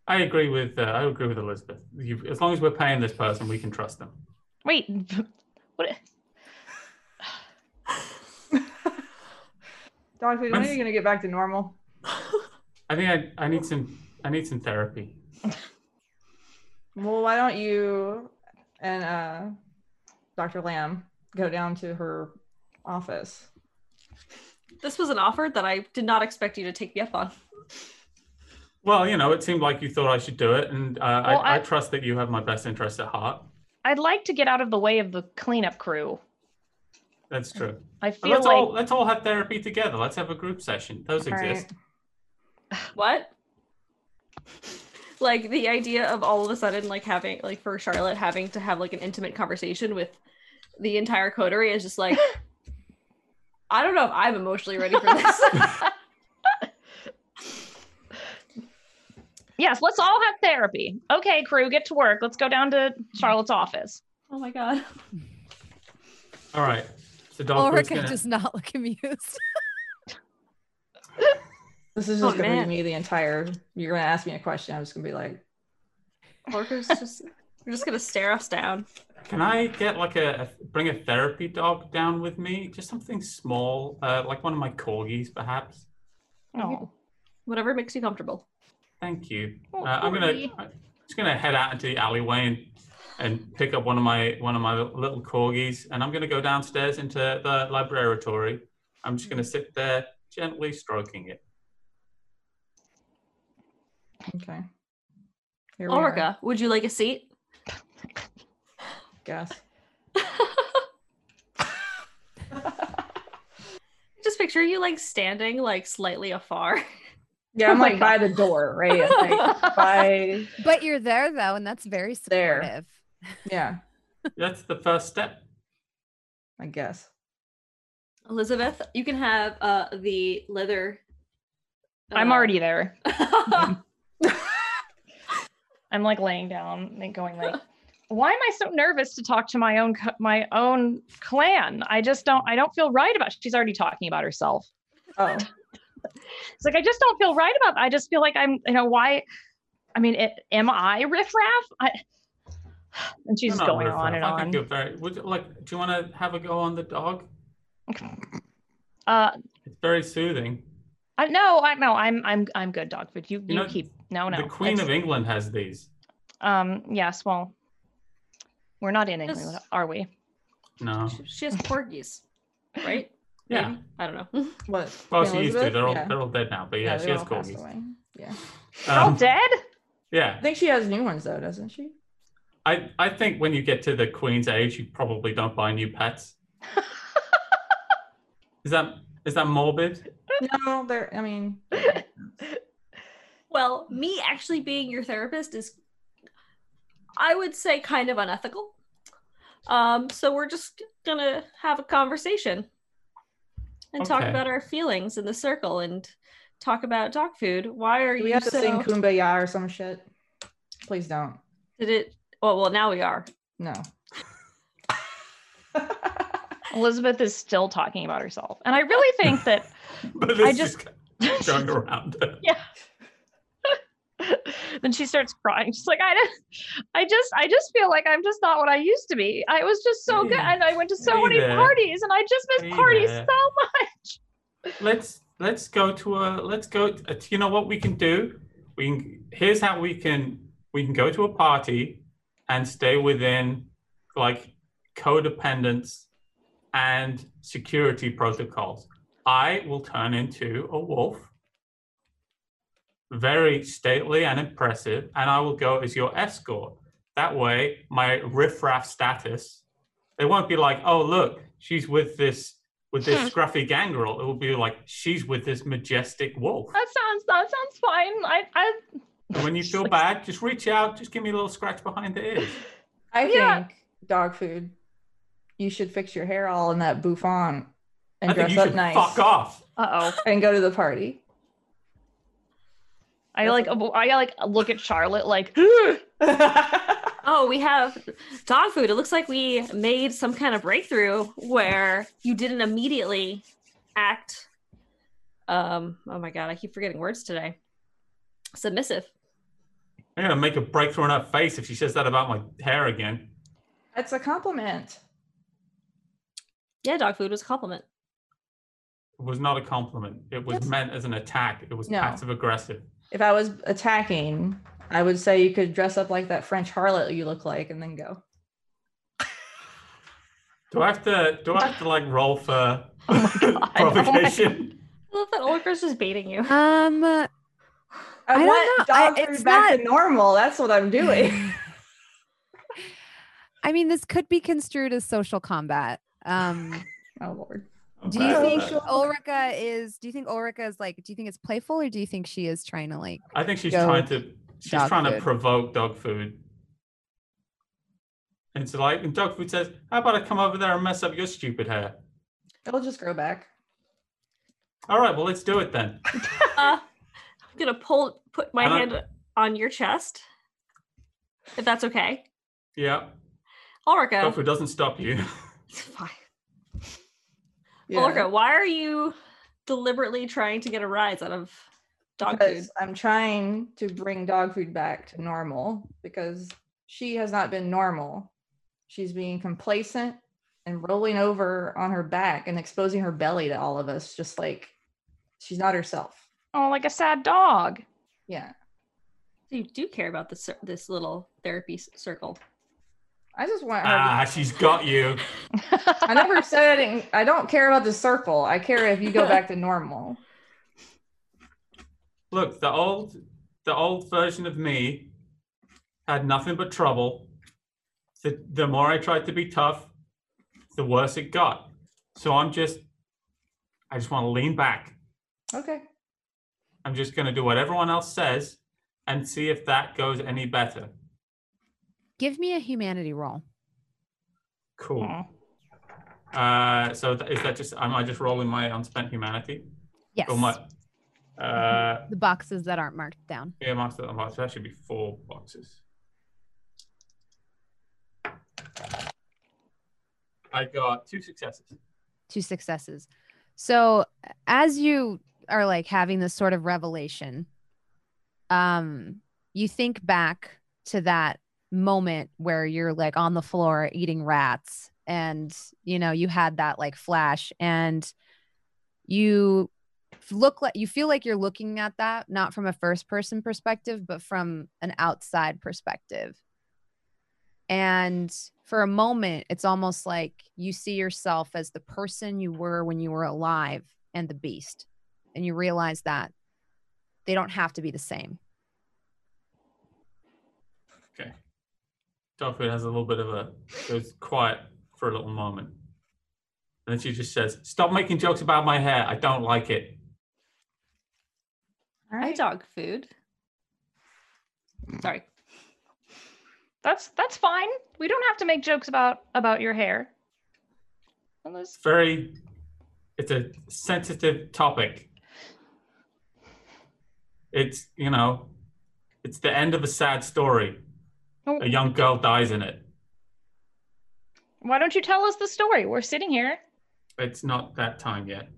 Speaker 4: I agree with uh, I agree with Elizabeth. You, as long as we're paying this person, we can trust them.
Speaker 5: Wait, what?
Speaker 3: Dog food, when are
Speaker 4: When's-
Speaker 3: you going to get back to normal?
Speaker 4: I think I, I need some I need some therapy.
Speaker 3: Well, why don't you and uh, Dr. Lamb go down to her office?
Speaker 6: this was an offer that I did not expect you to take me up on.
Speaker 4: Well, you know, it seemed like you thought I should do it, and uh,
Speaker 5: Well,
Speaker 4: I, I,
Speaker 5: I-
Speaker 4: trust that you have my best interest at heart.
Speaker 5: I'd like to get out of the way of the cleanup crew.
Speaker 4: That's true.
Speaker 5: I
Speaker 4: But
Speaker 5: feel
Speaker 4: let's
Speaker 5: like
Speaker 4: all let's all have therapy together. Let's have a group session. Those
Speaker 3: All
Speaker 4: exist.
Speaker 6: What? Like the idea of all of a sudden like having like for Charlotte having to have like an intimate conversation with the entire coterie is just like I don't know if I'm emotionally ready for this.
Speaker 5: yes. Let's all have therapy. Okay, crew, get to work. Let's go down to Charlotte's office.
Speaker 6: oh my god.
Speaker 4: All right. So dog food's
Speaker 2: Ulrika
Speaker 4: gonna,
Speaker 2: does not look amused.
Speaker 3: This is
Speaker 6: Oh,
Speaker 3: just going to
Speaker 6: man.
Speaker 3: be me the entire. You're going to ask me a question. I'm just going to be like,
Speaker 6: Orca's just You're just gonna stare us down.
Speaker 4: Can I get like a, a- bring a therapy dog down with me? Just something small, uh, like one of my corgis, perhaps.
Speaker 5: Oh,
Speaker 6: Whatever makes you comfortable.
Speaker 4: Thank you.
Speaker 5: Oh,
Speaker 4: Uh, I'm gonna
Speaker 5: corgi.
Speaker 4: I'm just gonna head out into the alleyway and and pick up one of my one of my little corgis, and I'm gonna go downstairs into the laboratory. I'm just gonna sit there gently stroking it.
Speaker 3: Okay. Here we are,
Speaker 6: Ulrika, would you like a seat?
Speaker 3: guess.
Speaker 6: Just picture you like standing like slightly afar.
Speaker 3: Yeah, I'm
Speaker 5: Oh my
Speaker 3: like by the door, right? Like, by
Speaker 2: But you're there though, and that's very
Speaker 3: There.
Speaker 2: supportive.
Speaker 3: yeah,
Speaker 4: That's the first step.
Speaker 3: I guess.
Speaker 6: Elizabeth, you can have uh the leather.
Speaker 5: I'm
Speaker 6: uh,
Speaker 5: already there.
Speaker 6: I
Speaker 5: I'm like laying down and going like, why am I so nervous to talk to my own co- my own clan? I just don't. I don't feel right about. She's already talking about herself.
Speaker 3: Oh,
Speaker 5: It's like I just don't feel right about. I just feel like I'm. You know why? I mean, it, am I riffraff? I, and she's
Speaker 4: You're
Speaker 5: just
Speaker 4: not
Speaker 5: going
Speaker 4: riffraff.
Speaker 5: on and
Speaker 4: I think you're
Speaker 5: on.
Speaker 4: very. Would you, like? Do you want to have a go on the dog?
Speaker 5: Uh,
Speaker 4: It's very soothing.
Speaker 5: I, no, I no, I'm I'm I'm good, dog. But you you,
Speaker 4: know,
Speaker 5: keep no Oh, no.
Speaker 4: the Queen
Speaker 5: it's-
Speaker 4: of England has these.
Speaker 5: Um. Yes. Well, we're not in
Speaker 6: Just-
Speaker 5: England, are we?
Speaker 4: No.
Speaker 6: she has corgis, right?
Speaker 4: Yeah.
Speaker 6: Maybe? I don't know.
Speaker 3: what? Queen
Speaker 4: Well, Oh, she used to.
Speaker 3: Elizabeth?
Speaker 4: They're all
Speaker 3: yeah.
Speaker 4: they're all dead now. But yeah,
Speaker 3: they
Speaker 4: she has
Speaker 3: all passed
Speaker 4: corgis.
Speaker 3: away. Yeah,
Speaker 5: They're all
Speaker 4: Um,
Speaker 5: dead.
Speaker 3: I
Speaker 4: Yeah.
Speaker 3: think she has new ones though, doesn't she?
Speaker 4: I I think when you get to the Queen's age, you probably don't buy new pets. is that is that morbid?
Speaker 3: No, they're. I mean,
Speaker 6: Well, me actually being your therapist is, I would say, kind of unethical. Um, so we're just gonna have a conversation and talk
Speaker 4: Okay.
Speaker 6: about our feelings in the circle and talk about dog food. Why are
Speaker 3: do
Speaker 6: you
Speaker 3: we have to
Speaker 6: so?
Speaker 3: sing "Kumbaya" or some shit? Please don't.
Speaker 6: Did it? Well, well, now we are.
Speaker 3: No.
Speaker 5: Elizabeth is still talking about herself, and I really think that
Speaker 4: But
Speaker 5: I
Speaker 4: it's
Speaker 5: just-
Speaker 4: just going around.
Speaker 5: then she starts crying. She's like, I, don't- I just, I just feel like I'm just not what I used to be. I was just so good,
Speaker 4: Hey.
Speaker 5: and I went to so
Speaker 4: Hey
Speaker 5: many
Speaker 4: there.
Speaker 5: parties, and I just missed
Speaker 4: Hey
Speaker 5: parties
Speaker 4: there.
Speaker 5: so much.
Speaker 4: let's let's go to a let's go. To, you know what we can do? We can, here's how we can we can go to a party and stay within like codependence and security protocols. I will turn into a wolf, very stately and impressive, and I will go as your escort. That way, my riffraff status, they won't be like, oh look, she's with this with this scruffy gangrel. It will be like she's with this majestic wolf.
Speaker 5: That sounds, that sounds fine. I, I,
Speaker 4: And when you feel bad, just reach out, just give me a little scratch behind the ears.
Speaker 3: I
Speaker 5: Yeah.
Speaker 3: think dog food. You should fix your hair all in that bouffant and
Speaker 4: I think
Speaker 3: dress
Speaker 4: you
Speaker 3: up
Speaker 4: should
Speaker 3: nice
Speaker 4: fuck off.
Speaker 5: uh oh.
Speaker 3: and go to the party.
Speaker 5: I like, I like look at Charlotte like.
Speaker 6: Oh, we have dog food. It looks like we made some kind of breakthrough where you didn't immediately act. Um. Oh my god, I keep forgetting words today. Submissive.
Speaker 4: I'm gonna make a breakthrough in her face if she says that about my hair again.
Speaker 3: That's a compliment.
Speaker 6: Yeah, dog food was a compliment.
Speaker 4: It was not a compliment. It was
Speaker 3: Yes.
Speaker 4: meant as an attack. It was
Speaker 3: No.
Speaker 4: passive aggressive.
Speaker 3: If I was attacking, I would say you could dress up like that French harlot you look like and then go.
Speaker 4: Do I have to do I have to like roll for
Speaker 5: God. Oh my-
Speaker 4: provocation?
Speaker 6: I love that Oliver's just baiting you.
Speaker 2: Um,
Speaker 3: I,
Speaker 2: I don't
Speaker 3: want
Speaker 2: know. I-
Speaker 3: dog food
Speaker 2: it's
Speaker 3: back
Speaker 2: not-
Speaker 3: to normal. That's what I'm doing.
Speaker 2: I mean, this could be construed as social combat. Um,
Speaker 3: oh Lord.
Speaker 2: do
Speaker 4: Uh,
Speaker 2: you think
Speaker 4: Social-
Speaker 2: Ulrika is? Do you think Ulrika is like? Do you think it's playful, or do you think she is trying to like?
Speaker 4: I think she's
Speaker 2: Go
Speaker 4: trying to she's
Speaker 2: dog
Speaker 4: trying to
Speaker 2: food.
Speaker 4: provoke dog food. And so like and dog food says, How about I come over there and mess up your stupid hair?
Speaker 3: It'll just grow back.
Speaker 4: All right, well let's do it then.
Speaker 6: Uh, I'm gonna pull put my
Speaker 4: Can I-
Speaker 6: hand on your chest, if that's okay.
Speaker 4: Yeah. Dog
Speaker 6: Ulrika,
Speaker 4: food doesn't stop you.
Speaker 6: it's fine.
Speaker 3: Yeah.
Speaker 6: Ulrika, why are you deliberately trying to get a rise out of dog food?
Speaker 3: Because I'm trying to bring dog food back to normal because she has not been normal. She's being complacent and rolling over on her back and exposing her belly to all of us, just like she's not herself.
Speaker 5: Oh, like a sad dog.
Speaker 3: Yeah.
Speaker 6: So you do care about this cir- this little therapy s- circle.
Speaker 3: I just want her. to-
Speaker 4: Ah, she's got you.
Speaker 3: I never said I, didn't, I don't care about the circle. I care if you go back to normal.
Speaker 4: Look, the old the old version of me had nothing but trouble. The the more I tried to be tough, the worse it got. So I'm just I just want to lean back.
Speaker 3: Okay.
Speaker 4: I'm just gonna do what everyone else says and see if that goes any better.
Speaker 2: Give me a humanity roll.
Speaker 4: Cool.
Speaker 5: Aw.
Speaker 4: Uh, so th- is that just am I just rolling my unspent humanity?
Speaker 2: Yes.
Speaker 4: Or my uh
Speaker 2: The boxes that aren't marked down.
Speaker 4: Yeah, master that box. That should be four boxes. I got two successes.
Speaker 2: two successes. So as you are like having this sort of revelation, um, you think back to that moment where you're like on the floor eating rats and you know you had that like flash and you f- look like you feel like you're looking at that not from a first person perspective but from an outside perspective and for a moment, it's almost like you see yourself as the person you were when you were alive and the beast. And you realize that they don't have to be the same.
Speaker 4: Okay. Dogfood has a little bit of a goes quiet for a little moment. And then she just says, Stop making jokes about my hair. I don't like it.
Speaker 3: All
Speaker 6: I
Speaker 3: right.
Speaker 6: dog food. Sorry.
Speaker 5: That's that's fine. We don't have to make jokes about about your hair. And those-
Speaker 4: It's very it's a sensitive topic. It's you know, it's the end of a sad story.
Speaker 5: Oh.
Speaker 4: A young girl dies in it.
Speaker 5: Why don't you tell us the story? We're sitting here.
Speaker 4: It's not that time yet.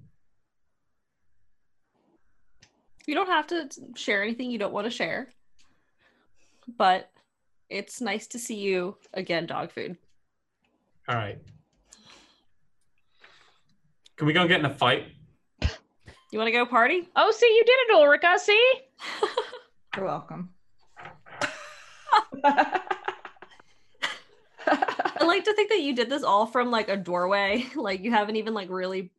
Speaker 6: You don't have to share anything you don't want to share. But it's nice to see you again, dog food.
Speaker 4: All right. Can we go and get in a fight?
Speaker 6: You want to go party?
Speaker 5: Oh, see, you did it, Ulrika. See,
Speaker 3: You're welcome.
Speaker 6: I like to think that you did this all from like a doorway. Like you haven't even like really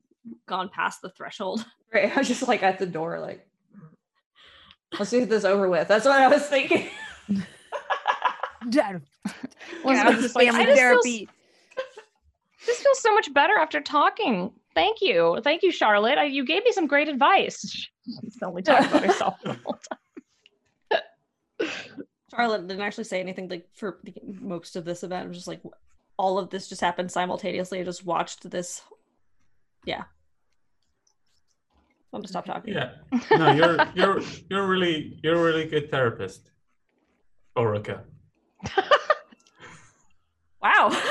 Speaker 6: gone past the threshold.
Speaker 3: right. I was just like at the door, like, let's get this over with. That's what I was thinking.
Speaker 5: Was-
Speaker 2: Yeah,
Speaker 5: was
Speaker 2: just
Speaker 5: just like,
Speaker 2: family
Speaker 5: I just feel s-
Speaker 2: therapy.
Speaker 5: this feels so much better after talking. Thank you, thank you, Charlotte. I, you gave me some great advice. It's only talking about herself. the whole time.
Speaker 6: Charlotte didn't actually say anything like for the- most of this event. It was just like all of this just happened simultaneously. I just watched this. Yeah. I'm gonna stop talking.
Speaker 4: Yeah. No, you're you're you're really you're a really good therapist, Orica.
Speaker 6: Wow.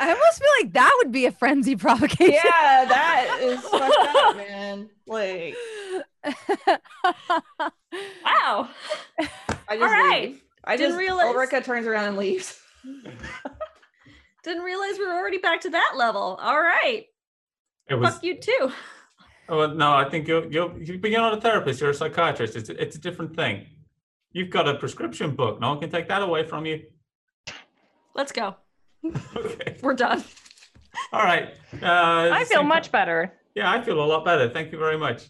Speaker 2: I almost feel like that would be a frenzy provocation.
Speaker 3: yeah, that is fucked up, man. Like,
Speaker 6: wow.
Speaker 3: I just
Speaker 6: All right.
Speaker 3: leave. I
Speaker 6: Didn't
Speaker 3: just
Speaker 6: realize-
Speaker 3: Ulrika turns around and leaves.
Speaker 6: Didn't realize we were already back to that level. All right.
Speaker 4: It was.
Speaker 6: Fuck you too.
Speaker 4: Oh well, no, I think you're you're you, but you're not a therapist. You're a psychiatrist. It's it's a different thing. You've got a prescription book. No one can take that away from you.
Speaker 6: Let's go.
Speaker 4: Okay.
Speaker 6: We're done.
Speaker 4: All right. Uh,
Speaker 5: I feel
Speaker 4: same-
Speaker 5: much better.
Speaker 4: Yeah, I feel a lot better. Thank you very much.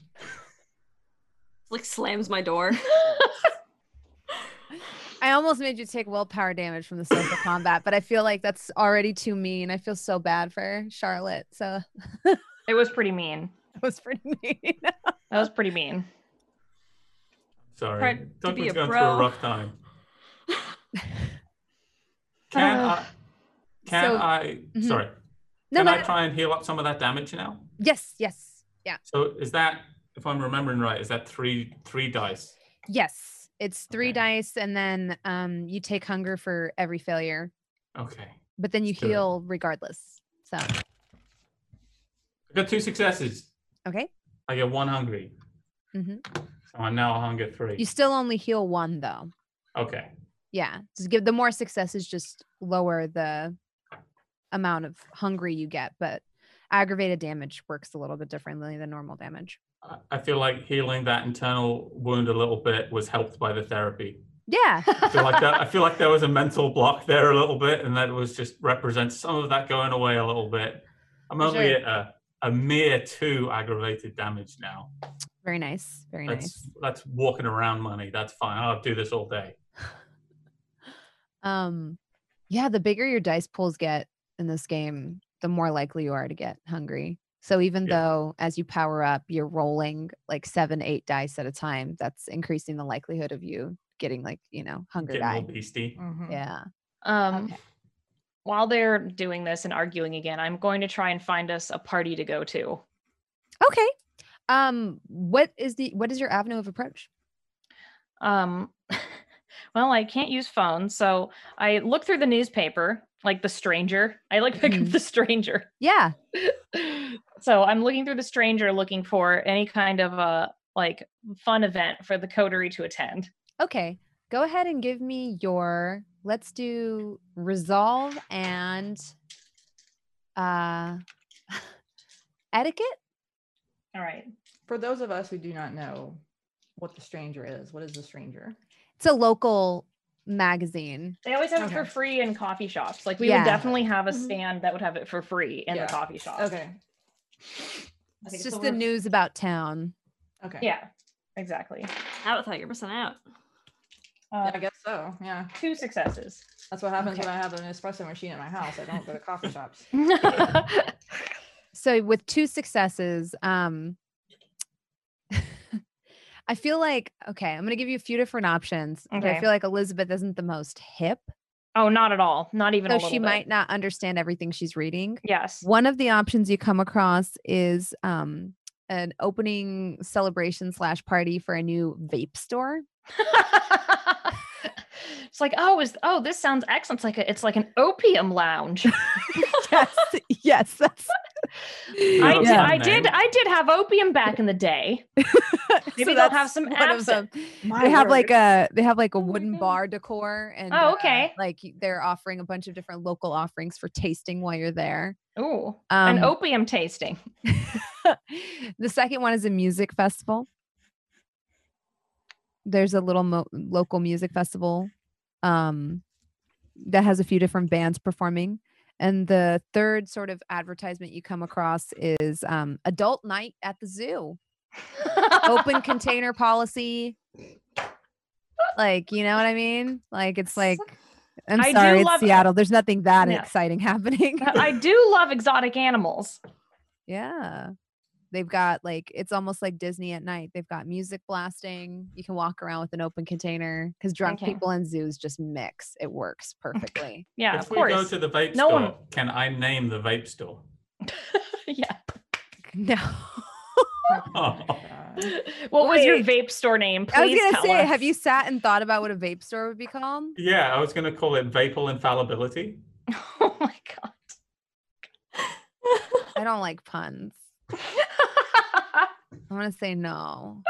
Speaker 6: Like slams my door.
Speaker 2: I almost made you take willpower damage from the social combat, but I feel like that's already too mean. I feel so bad for Charlotte. So
Speaker 5: It was pretty mean.
Speaker 2: that was pretty mean.
Speaker 5: That was pretty mean.
Speaker 4: Sorry.
Speaker 6: Tried to be
Speaker 4: Dogman's
Speaker 6: a
Speaker 4: going through
Speaker 6: pro.
Speaker 4: a rough time. Can
Speaker 5: Uh,
Speaker 4: I? Can
Speaker 2: so-
Speaker 4: I?
Speaker 2: Mhm.
Speaker 4: Sorry.
Speaker 2: no,
Speaker 4: can
Speaker 2: no.
Speaker 4: I try and heal up some of that damage now?
Speaker 2: Yes, yes. Yeah.
Speaker 4: So is that, if I'm remembering right, is that three three dice?
Speaker 2: Yes, it's three
Speaker 4: Okay.
Speaker 2: dice, and then um, you take hunger for every failure,
Speaker 4: Okay.
Speaker 2: but then you
Speaker 4: Let's do it.
Speaker 2: heal regardless. So
Speaker 4: I got two successes.
Speaker 2: okay,
Speaker 4: I get one hungry.
Speaker 2: Mhm.
Speaker 4: So I'm now a hunger three.
Speaker 2: you still only heal one though.
Speaker 4: Okay.
Speaker 2: yeah just give the more successes just lower the amount of hungry you get but aggravated damage works a little bit differently than normal damage
Speaker 4: I- I feel like healing that internal wound a little bit was helped by the therapy.
Speaker 2: yeah
Speaker 4: I feel like that. I feel like there was a mental block there a little bit, and that was just represents some of that going away a little bit. I'm
Speaker 2: For
Speaker 4: only
Speaker 2: sure.
Speaker 4: at a, a mere two aggravated damage now.
Speaker 2: very nice very nice
Speaker 4: That's that's walking around money. That's fine. I'll do this all day.
Speaker 2: Um, yeah, the bigger your dice pools get in this game, the more likely you are to get hungry. So even
Speaker 4: Yeah.
Speaker 2: though as you power up, you're rolling like seven, eight dice at a time, that's increasing the likelihood of you getting like, you know, hunger
Speaker 4: Get more
Speaker 2: die.
Speaker 4: beastie.
Speaker 3: Mhm.
Speaker 2: Yeah.
Speaker 5: Um,
Speaker 2: Okay.
Speaker 5: While they're doing this and arguing again, I'm going to try and find us a party to go to.
Speaker 2: Okay. Um, what is the what is your avenue of approach?
Speaker 5: Um, well, I can't use phone, so I look through the newspaper, like the stranger. I like pick up
Speaker 2: Mhm.
Speaker 5: the stranger.
Speaker 2: Yeah.
Speaker 5: so I'm looking through the stranger, looking for any kind of a like fun event for the coterie to attend.
Speaker 2: Okay. Go ahead and give me your let's do resolve and uh etiquette.
Speaker 5: All right.
Speaker 3: For those of us who do not know what the stranger is, what is the stranger?
Speaker 2: it's a local magazine.
Speaker 5: They always have it for
Speaker 3: Okay.
Speaker 5: free in coffee shops. Like we
Speaker 2: Yeah. Mm-hmm.
Speaker 5: would definitely have a
Speaker 6: Mhm.
Speaker 5: stand that would have it for free in
Speaker 3: Yeah.
Speaker 5: the coffee shop.
Speaker 3: Okay.
Speaker 5: I think
Speaker 2: It's
Speaker 5: it's
Speaker 2: just
Speaker 5: the
Speaker 2: the
Speaker 5: word-
Speaker 2: news about town.
Speaker 3: Okay.
Speaker 5: Yeah. Exactly.
Speaker 6: Out without your percent out.
Speaker 5: Uh,
Speaker 3: Yeah, I guess so. Yeah.
Speaker 5: two successes.
Speaker 3: That's what happens
Speaker 5: Okay.
Speaker 3: when I have an espresso machine at my house. I don't go to coffee shops.
Speaker 5: Oh,
Speaker 2: So with two successes, um I feel like okay, I'm going to give you a few different options. but I
Speaker 5: Okay.
Speaker 2: feel like Elizabeth isn't the most hip,
Speaker 5: oh, not at all. Not even.
Speaker 2: so
Speaker 5: a little
Speaker 2: she
Speaker 5: bit.
Speaker 2: might not understand everything she's reading.
Speaker 5: Yes.
Speaker 2: One of the options you come across is um an opening celebration slash party for a new vape store.
Speaker 5: it's like oh is oh this sounds excellent. It's like a, it's like an opium lounge.
Speaker 2: yes, yes, that's.
Speaker 5: I,
Speaker 4: Yeah.
Speaker 5: did,
Speaker 4: Yeah.
Speaker 5: I did I did have opium back in the day. Maybe they'll have
Speaker 2: that's
Speaker 5: some
Speaker 2: one of them.
Speaker 5: absinthe. Mm-hmm.
Speaker 3: My
Speaker 2: they have like a
Speaker 3: word.
Speaker 2: they have like a
Speaker 6: Oh my
Speaker 2: wooden
Speaker 6: God.
Speaker 2: bar decor and
Speaker 5: Oh,
Speaker 2: uh,
Speaker 5: okay.
Speaker 2: like y- they're offering a bunch of different local offerings for tasting while you're there
Speaker 5: Ooh,
Speaker 2: um,
Speaker 5: an opium tasting.
Speaker 2: the second one is a music festival there's a little mo- local music festival um that has a few different bands performing and the third sort of advertisement you come across is um, adult night at the zoo open container policy like you know what i mean like it's like i'm
Speaker 5: I do
Speaker 2: sorry it's
Speaker 5: love-
Speaker 2: seattle there's nothing that
Speaker 5: Yeah.
Speaker 2: exciting happening
Speaker 5: I do love exotic animals.
Speaker 2: yeah they've got like it's almost like disney at night they've got music blasting you can walk around with an open container because drunk
Speaker 5: Okay.
Speaker 2: people and zoos just mix it works perfectly
Speaker 5: Yeah,
Speaker 4: if
Speaker 5: of
Speaker 4: we go
Speaker 5: course.
Speaker 4: to the vape
Speaker 5: No
Speaker 4: store,
Speaker 5: one-
Speaker 4: can I name the vape store?
Speaker 5: yeah.
Speaker 2: no
Speaker 3: Oh my God.
Speaker 5: What was your
Speaker 2: Wait.
Speaker 5: vape store name? Please
Speaker 2: i was gonna
Speaker 5: tell
Speaker 2: say
Speaker 5: us.
Speaker 2: have you sat and thought about what a vape store would be called
Speaker 4: Yeah, I was going to call it Vapal Infallibility.
Speaker 5: Oh my god.
Speaker 2: i don't like puns i'm gonna say no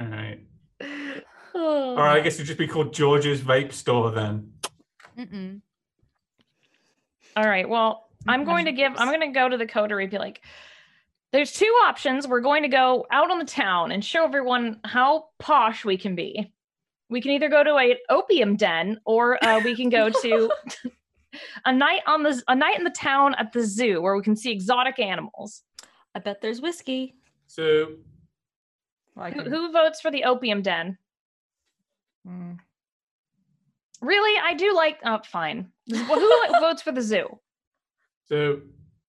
Speaker 4: All right.
Speaker 5: Oh.
Speaker 4: All right, I guess it'd just be called George's Vape Store then.
Speaker 2: Mm-mm.
Speaker 5: All right. Well, I'm going to give, I'm going to go to the coterie and be like, there's two options. We're going to go out on the town and show everyone how posh we can be. We can either go to a opium den or uh, we can go to a night on the a night in the town at the zoo where we can see exotic animals.
Speaker 6: I bet there's whiskey.
Speaker 4: So
Speaker 3: Like
Speaker 5: Who,
Speaker 3: a-
Speaker 5: who votes for the opium den?
Speaker 3: Mm.
Speaker 5: Really, I do like. Oh, fine. Well, who votes for the zoo?
Speaker 4: So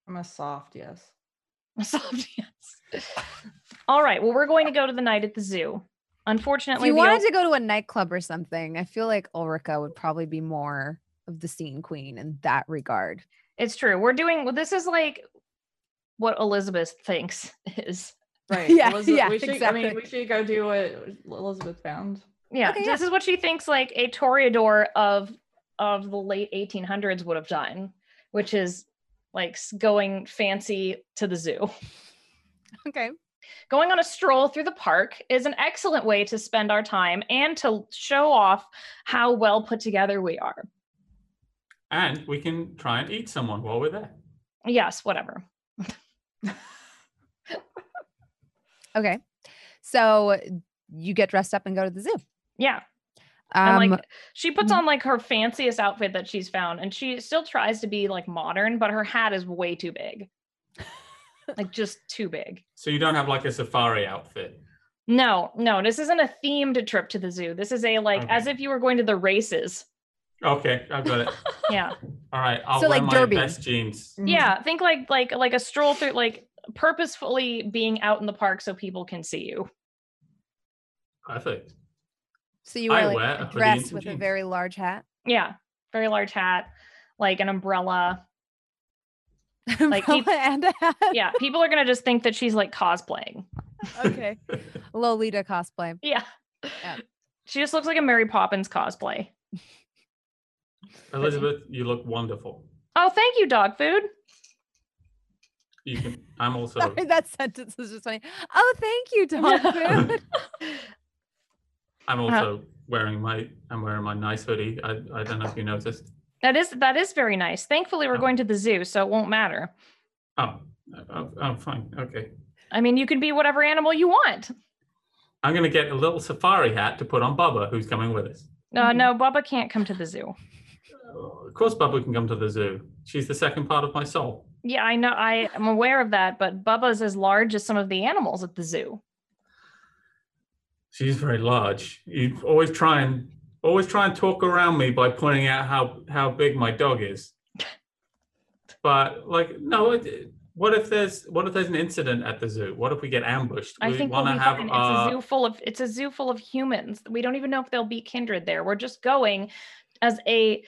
Speaker 3: I'm a soft yes.
Speaker 5: Soft yes. All right. Well, we're going to go to the night at the zoo.
Speaker 2: If
Speaker 5: Unfortunately,
Speaker 2: you
Speaker 5: the
Speaker 2: wanted
Speaker 5: op-
Speaker 2: to go to a nightclub or something, I feel like Ulrica would probably be more of the scene queen in that regard.
Speaker 5: It's true. We're doing well, this is like what Elizabeth thinks is.
Speaker 3: Right.
Speaker 2: Yeah, yeah,
Speaker 3: we should, I
Speaker 2: exactly.
Speaker 3: mean, we should go do what Elizabeth found.
Speaker 5: Yeah,
Speaker 2: Okay,
Speaker 5: this is what she thinks like a toreador of of the late 1800s would have done, which is like s- going fancy to the zoo.
Speaker 2: Okay.
Speaker 5: Going on a stroll through the park is an excellent way to spend our time and to show off how well put together we are.
Speaker 4: And we can try and eat someone while we're there.
Speaker 5: Yes, whatever.
Speaker 2: Okay. So you get dressed up and go to the zoo.
Speaker 5: Yeah.
Speaker 2: Um,
Speaker 5: and like she puts on like her fanciest outfit that she's found and she still tries to be like modern, but her hat is way too big. like just too big.
Speaker 4: So you don't have like a safari outfit.
Speaker 5: No, no, this isn't a themed trip to the zoo. This is a like
Speaker 4: Okay.
Speaker 5: as if you were going to the races.
Speaker 4: Okay, I've got it.
Speaker 5: Yeah.
Speaker 4: All right, I'll
Speaker 2: So,
Speaker 4: wear
Speaker 2: like,
Speaker 4: my
Speaker 2: Derby.
Speaker 4: best jeans.
Speaker 2: Mm.
Speaker 5: yeah. Think like like like a stroll through like purposefully being out in the park so people can see you.
Speaker 4: Perfect.
Speaker 2: so you
Speaker 4: I
Speaker 2: wear like
Speaker 4: wear a
Speaker 2: a
Speaker 4: hoodie and
Speaker 2: dress
Speaker 4: some
Speaker 2: with a
Speaker 4: jeans.
Speaker 2: very large hat.
Speaker 5: Yeah. Very large hat, like an umbrella. Like,
Speaker 2: Umbrella
Speaker 5: keep-
Speaker 2: and a hat.
Speaker 5: Yeah. people are gonna just think that she's like cosplaying.
Speaker 2: Okay. Lolita cosplay.
Speaker 5: Yeah.
Speaker 2: Yeah.
Speaker 5: She just looks like a Mary Poppins cosplay.
Speaker 4: Elizabeth, you look wonderful.
Speaker 5: Oh, thank you, dog food.
Speaker 4: You can. I'm also.
Speaker 2: Sorry, that sentence is just funny. Oh, thank you, Dog Food. Uh-huh.
Speaker 4: I'm also wearing my. I'm wearing my nice hoodie. I, I don't know if you noticed.
Speaker 5: That is that is very nice. Thankfully, we're
Speaker 4: Oh.
Speaker 5: going to the zoo, so it won't matter.
Speaker 4: Oh, I'm, I'm fine. Okay.
Speaker 5: I mean, you can be whatever animal you want.
Speaker 4: I'm gonna get a little safari hat to put on Bubba, who's coming with us.
Speaker 5: No,
Speaker 6: Mhm.
Speaker 5: Uh, no, Bubba can't come to the zoo.
Speaker 4: Of course, Bubba can come to the zoo. She's the second part of my soul.
Speaker 5: Yeah, I know. I am aware of that, but Bubba's as large as some of the animals at the zoo.
Speaker 4: She's very large. You always try and always try and talk around me by pointing out how how big my dog is. But like, no. It, what if there's what if there's an incident at the zoo? What if we get ambushed?
Speaker 5: I
Speaker 4: we
Speaker 5: think we'll
Speaker 4: want
Speaker 5: be
Speaker 4: to have uh,
Speaker 5: fine.
Speaker 4: our
Speaker 5: it's a zoo full of it's a zoo full of humans. We don't even know if they'll be kindred there. We're just going as a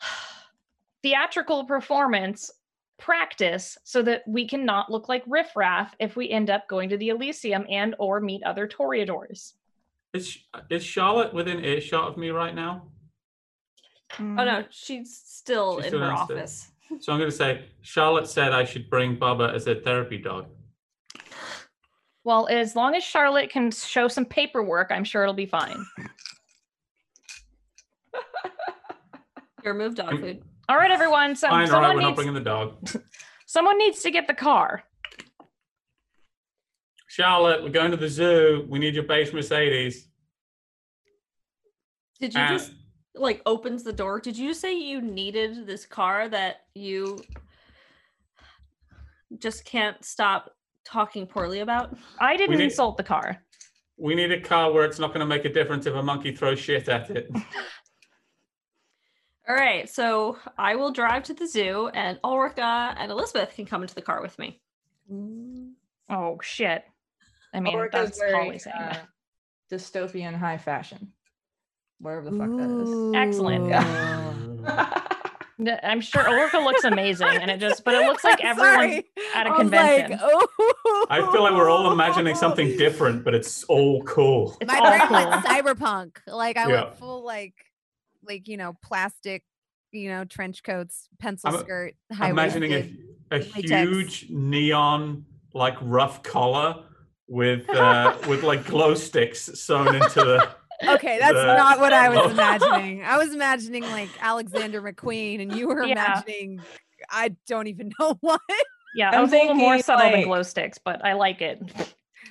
Speaker 5: theatrical performance practice so that we can not look like riffraff if we end up going to the Elysium and or meet other toreadors.
Speaker 4: Is is Charlotte within earshot of me right now?
Speaker 3: Mm.
Speaker 6: Oh no, she's still
Speaker 4: She's
Speaker 6: in
Speaker 4: Mm-hmm. still
Speaker 6: her
Speaker 4: downstairs.
Speaker 6: office.
Speaker 4: So I'm going to say Charlotte said I should bring Bubba as a therapy dog.
Speaker 5: Well, as long as Charlotte can show some paperwork, I'm sure it'll be fine.
Speaker 6: Your move dog
Speaker 4: Mm.
Speaker 6: food.
Speaker 5: All right, everyone. So
Speaker 4: Fine, all right,
Speaker 5: someone
Speaker 4: we're not
Speaker 5: needs
Speaker 4: bringing the dog.
Speaker 5: someone needs to get the car.
Speaker 4: Charlotte, we're going to the zoo. We need your beige Mercedes.
Speaker 6: Did you
Speaker 4: Uh,
Speaker 6: just like opens the door? Did you say you needed this car that you just can't stop talking poorly about?
Speaker 5: I didn't
Speaker 4: need-
Speaker 5: insult the car.
Speaker 4: We need a car where it's not going to make a difference if a monkey throws shit at it.
Speaker 6: All right, so I will drive to the zoo, and Ulrika and Elizabeth can come into the car with me.
Speaker 5: Oh shit. I mean,
Speaker 3: Ulrika's
Speaker 5: that's
Speaker 3: wearing,
Speaker 5: always saying that.
Speaker 3: uh, dystopian high fashion. Wherever the fuck that
Speaker 5: Excellent. N- I'm sure Ulrika looks amazing, and it just but it looks like
Speaker 2: I'm
Speaker 5: everyone's
Speaker 2: sorry.
Speaker 5: at a
Speaker 2: I was
Speaker 5: convention.
Speaker 2: Like, oh.
Speaker 4: I feel like we're all imagining something different, but it's all cool.
Speaker 5: It's
Speaker 2: My
Speaker 5: all
Speaker 2: brain
Speaker 5: cool.
Speaker 2: went cyberpunk. Like I
Speaker 4: Yeah.
Speaker 2: went full like like you know plastic, you know trench coats, pencil
Speaker 4: I'm a-
Speaker 2: skirt, high
Speaker 4: Imagining a,
Speaker 2: waisted.
Speaker 4: a
Speaker 2: latex.
Speaker 4: huge neon, like rough collar with uh, with like glow sticks sewn into the.
Speaker 2: Okay, that's
Speaker 4: the-
Speaker 2: not what I was
Speaker 4: Oh.
Speaker 2: imagining. I was imagining like Alexander McQueen, and you were
Speaker 5: Yeah.
Speaker 2: imagining I don't even know what.
Speaker 5: Yeah,
Speaker 3: I'm
Speaker 5: it was a little more
Speaker 3: thinking,
Speaker 5: subtle than
Speaker 3: like-
Speaker 5: glow sticks, but I like it.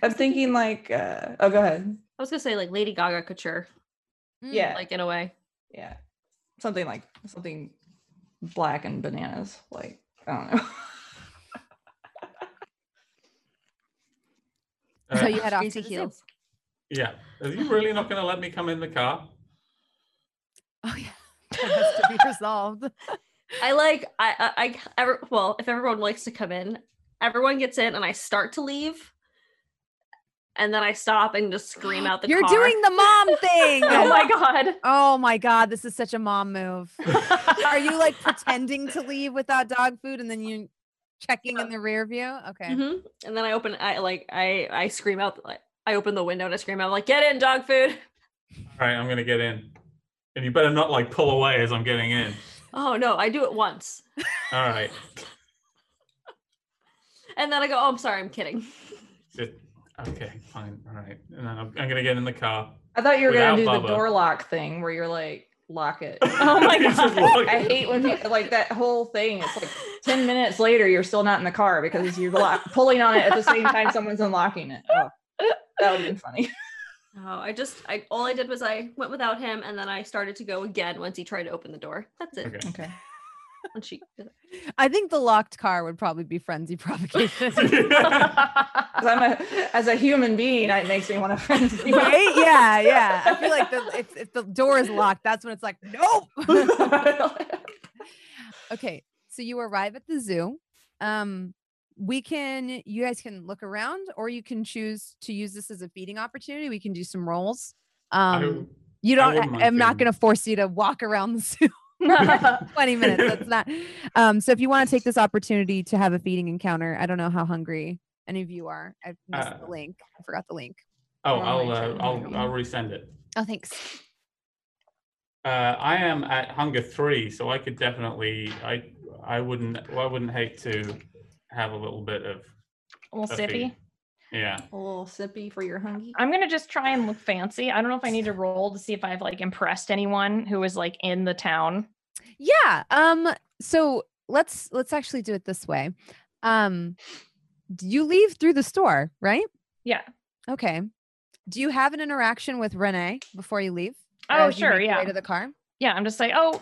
Speaker 3: I'm thinking like, uh, oh, go ahead.
Speaker 6: I was gonna say like Lady Gaga couture,
Speaker 2: Mm.
Speaker 3: Yeah.
Speaker 6: like in a way.
Speaker 3: Yeah. Something like something black and bananas. Like, I don't know.
Speaker 4: Uh,
Speaker 2: So you head off to
Speaker 6: Greasy
Speaker 2: the zoo.
Speaker 6: heels.
Speaker 4: yeah. Are you really not going to let me come in the car?
Speaker 2: Oh yeah, that has to be resolved.
Speaker 6: I like I I, I ever well if everyone likes to come in, everyone gets in and I start to leave, and then I stop and just scream out the.
Speaker 2: You're
Speaker 6: car.
Speaker 2: doing the mom thing.
Speaker 5: Oh my god.
Speaker 2: Oh my god, this is such a mom move. Are you like pretending to leave without dog food and then you checking in the rear view? Okay.
Speaker 4: Mm-hmm.
Speaker 6: Mhm. And then I open I like I I scream out like I open the window and I scream out like get in dog food.
Speaker 4: All right, I'm gonna get in, and you better not like pull away as I'm getting in.
Speaker 6: Oh no, I do it once,
Speaker 4: All right,
Speaker 6: and then I go oh I'm sorry I'm kidding.
Speaker 4: Just- okay, fine, all right. And then I'm, I'm gonna get in the car.
Speaker 3: I thought you were gonna do
Speaker 4: Without
Speaker 3: the
Speaker 4: Bubba.
Speaker 3: door lock thing where you're like, lock it.
Speaker 5: Oh my
Speaker 4: Just
Speaker 5: God.
Speaker 4: walk-
Speaker 3: I hate when people like that whole thing. It's like 10 minutes later, you're still not in the car because you're lock- pulling on it at the same time someone's unlocking it. Oh, that would have been funny.
Speaker 6: Oh, I just I all I did was I went without him and then I started to go again once he tried to open the door. That's it.
Speaker 4: Okay.
Speaker 3: Okay.
Speaker 6: And she
Speaker 2: I think the locked car would probably be frenzy provocation. Um,
Speaker 3: Because I'm a, as a human being, it makes me want to frenzy.
Speaker 2: right? Yeah, yeah. I feel like the, if, if the door is locked, that's when it's like, nope. okay, so you arrive at the zoo. Um, we can, you guys can look around, or you can choose to use this as a feeding opportunity. We can do some rolls. Um, you don't.
Speaker 4: wouldn't mind
Speaker 2: I, am not
Speaker 4: doing-
Speaker 2: going to force you to walk around the zoo.
Speaker 5: yeah.
Speaker 2: 20 minutes. That's not. Um, so if you want to take this opportunity to have a feeding encounter, I don't know how hungry any of you are. I missed the
Speaker 4: Uh,
Speaker 2: link. I forgot the link.
Speaker 4: oh,
Speaker 2: Normally
Speaker 4: I'll uh,
Speaker 2: don't do.
Speaker 4: I'll I'll resend it.
Speaker 2: Oh, thanks.
Speaker 4: Uh, I am at hunger three, so I could definitely I I wouldn't well, I wouldn't hate to have a little bit of
Speaker 5: A little
Speaker 4: a feed.
Speaker 5: sippy.
Speaker 4: Yeah.
Speaker 3: A little sippy for your hungy.
Speaker 5: I'm gonna just try and look fancy. I don't know if I need to roll to see if I've like impressed anyone who is like in the town.
Speaker 2: Yeah. Um. So let's let's actually do it this way. Um, d- you leave through the store, right?
Speaker 5: Yeah.
Speaker 2: Okay. Do you have an interaction with Renee before you leave? Or
Speaker 5: Oh
Speaker 2: as you
Speaker 5: sure,
Speaker 2: make your Way
Speaker 5: yeah,
Speaker 2: to the car.
Speaker 5: yeah. I'm just like, oh,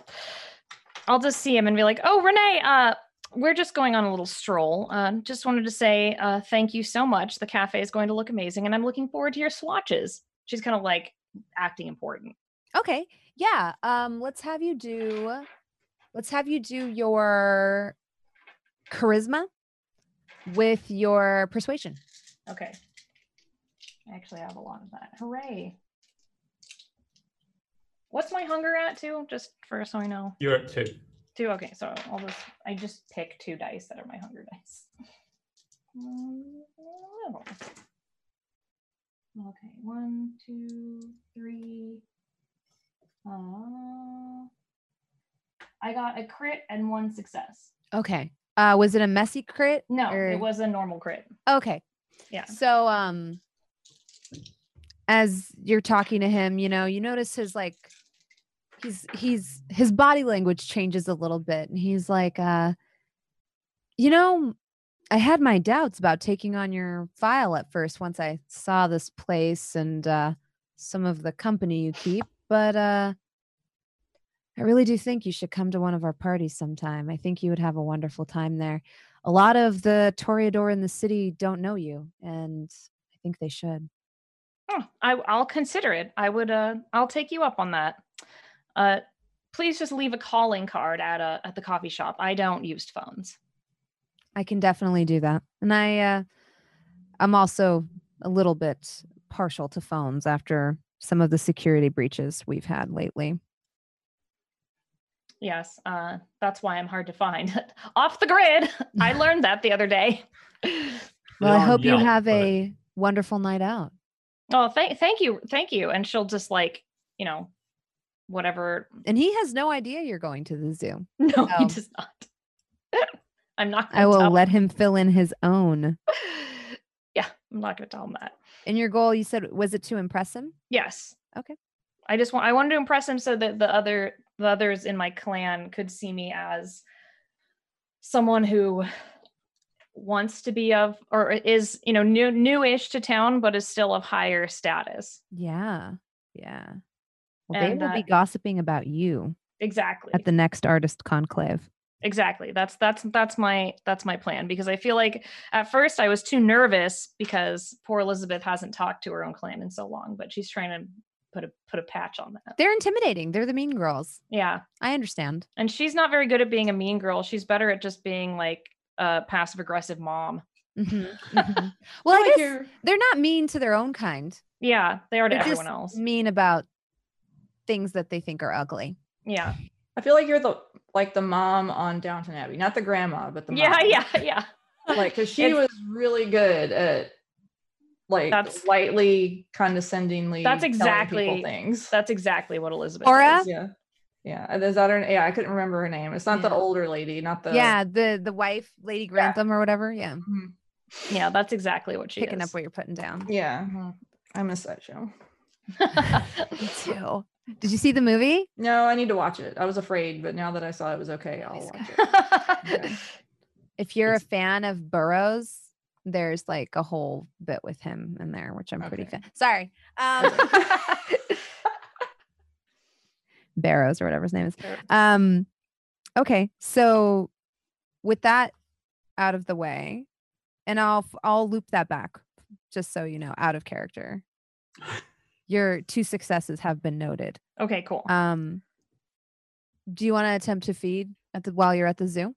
Speaker 5: I'll just see him and be like, oh, Renee, uh, we're just going on a little stroll. Uh, just wanted to say uh, thank you so much. The cafe is going to look amazing, and I'm looking forward to your swatches. She's kind of like acting important.
Speaker 2: Okay. Yeah. Um. Let's have you do. Let's have you do your charisma with your persuasion.
Speaker 5: Okay. I actually have a lot of that. Hooray! What's my hunger at too? Just for so I know.
Speaker 4: You're at two.
Speaker 5: Two. Okay, so I'll just I just pick two dice that are my hunger dice. Um, Okay, one, two, three. Uh, I got a crit and one success.
Speaker 2: Okay. Uh, was it a messy crit?
Speaker 5: No,
Speaker 2: or-
Speaker 5: it was a normal crit.
Speaker 2: Okay.
Speaker 5: Yeah.
Speaker 2: So um as you're talking to him, you know, you notice his like he's he's his body language changes a little bit and he's like uh you know, I had my doubts about taking on your file at first once I saw this place and uh some of the company you keep, but uh I really do think you should come to one of our parties sometime. I think you would have a wonderful time there a lot of the toreador in the city don't know you and i think they should
Speaker 5: Huh, Oh, I, I'll consider it. I would. Uh, I'll take you up on that. Uh, please just leave a calling card at a at the coffee shop. I don't use phones.
Speaker 2: i can definitely do that and i uh i'm also a little bit partial to phones after some of the security breaches we've had lately
Speaker 5: Yes, uh, that's why I'm hard to find. Off the grid. I learned that the other day.
Speaker 2: well
Speaker 4: You're
Speaker 2: i
Speaker 4: on
Speaker 2: hope you
Speaker 4: Yelp,
Speaker 2: have
Speaker 4: but-
Speaker 2: a wonderful night out
Speaker 5: Oh, thank, thank you, thank you. And she'll just like, you know, whatever.
Speaker 2: and he has no idea you're going to the zoo
Speaker 5: No, he
Speaker 2: Oh.
Speaker 5: does not. I'm not.
Speaker 2: i will
Speaker 5: tell-
Speaker 2: let him fill in his own
Speaker 5: yeah, I'm not going to tell him that.
Speaker 2: and your goal you said was it to impress him
Speaker 5: Yes.
Speaker 2: Okay.
Speaker 5: I just want I wanted to impress him so that the other the others in my clan could see me as someone who wants to be of or is, you know, new newish to town but is still of higher status.
Speaker 2: yeah yeah well, they
Speaker 5: And,
Speaker 2: will
Speaker 5: uh,
Speaker 2: be gossiping about you
Speaker 5: Exactly.
Speaker 2: at the next artist conclave
Speaker 5: exactly. That's that's that's my that's my plan because I feel like at first I was too nervous because poor Elizabeth hasn't talked to her own clan in so long, but she's trying to put a put a patch on that.
Speaker 2: They're intimidating. They're the mean girls.
Speaker 5: Yeah.
Speaker 2: I understand.
Speaker 5: and she's not very good at being a mean girl. She's better at just being like a passive aggressive mom.
Speaker 2: Mhm, mhm. Well, I
Speaker 3: like
Speaker 2: guess
Speaker 3: your-
Speaker 2: they're not mean to their own kind.
Speaker 5: Yeah, they are to
Speaker 2: They're
Speaker 5: everyone
Speaker 2: just
Speaker 5: else.
Speaker 2: Mean about things that they think are ugly.
Speaker 5: Yeah,
Speaker 3: I feel like you're the like the mom on Downton Abbey, not the grandma, but the
Speaker 5: yeah,
Speaker 3: mom.
Speaker 5: yeah, yeah.
Speaker 3: Like, cause she
Speaker 5: It's-
Speaker 3: was really good at like
Speaker 5: That's-
Speaker 3: lightly, condescendingly.
Speaker 5: That's
Speaker 3: telling people
Speaker 5: exactly-
Speaker 3: things.
Speaker 5: That's exactly what Elizabeth.
Speaker 2: Aura?
Speaker 5: is.
Speaker 3: yeah, yeah. Is that her? Yeah, I couldn't remember her name. It's not
Speaker 2: Yeah.
Speaker 3: the older lady, not the
Speaker 2: yeah, the the wife, Lady Grantham or whatever. Yeah.
Speaker 3: Mhm.
Speaker 5: Yeah, that's exactly what she
Speaker 2: picking
Speaker 5: is.
Speaker 2: up what you're putting down.
Speaker 3: Yeah, huh. I miss that show.
Speaker 2: Me too. Did you see the movie?
Speaker 3: No, I need to watch it. I was afraid, but now that I saw it was okay, I'll
Speaker 2: Always
Speaker 3: watch it. Yeah.
Speaker 2: If you're a fan of Burroughs, there's like a whole bit with him in there, which I'm pretty
Speaker 3: Okay.
Speaker 2: fan. Sorry. Um, Barrows or whatever his name is.
Speaker 3: Barrows.
Speaker 2: Um, okay, so with that out of the way, and I'll f- I'll loop that back just so you know, out of character. Your two successes have been noted.
Speaker 5: okay, cool.
Speaker 2: Um, do you want to attempt to feed at the while you're at the zoo?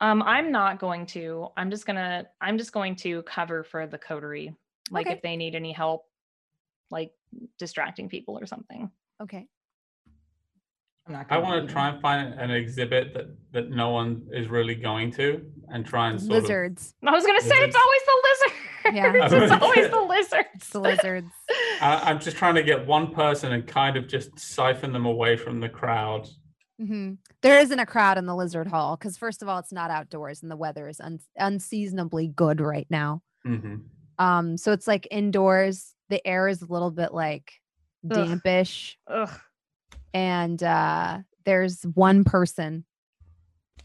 Speaker 5: Um, I'm not going to. I'm just gonna. I'm just going to cover for the coterie, like
Speaker 2: Okay.
Speaker 5: if they need any help, like distracting people or something.
Speaker 2: Okay.
Speaker 3: I'm not
Speaker 4: I
Speaker 3: gonna
Speaker 4: want
Speaker 3: do
Speaker 4: to
Speaker 3: that.
Speaker 4: try and find an exhibit that, that no one is really going to and try and sort of
Speaker 2: lizards.
Speaker 5: I was gonna say it's
Speaker 4: Lizards.
Speaker 5: always the
Speaker 2: Yeah.
Speaker 5: lizards. it's always the lizards.
Speaker 2: It's the lizards.
Speaker 4: I, I'm just trying to get one person and kind of just siphon them away from the crowd.
Speaker 2: hmm There isn't a crowd in the lizard hall because, first of all, it's not outdoors and the weather is un- unseasonably good right now.
Speaker 4: hmm
Speaker 2: Um, so it's like indoors. The air is a little bit like
Speaker 5: Ugh.
Speaker 2: dampish,
Speaker 5: Ugh.
Speaker 2: and uh, there's one person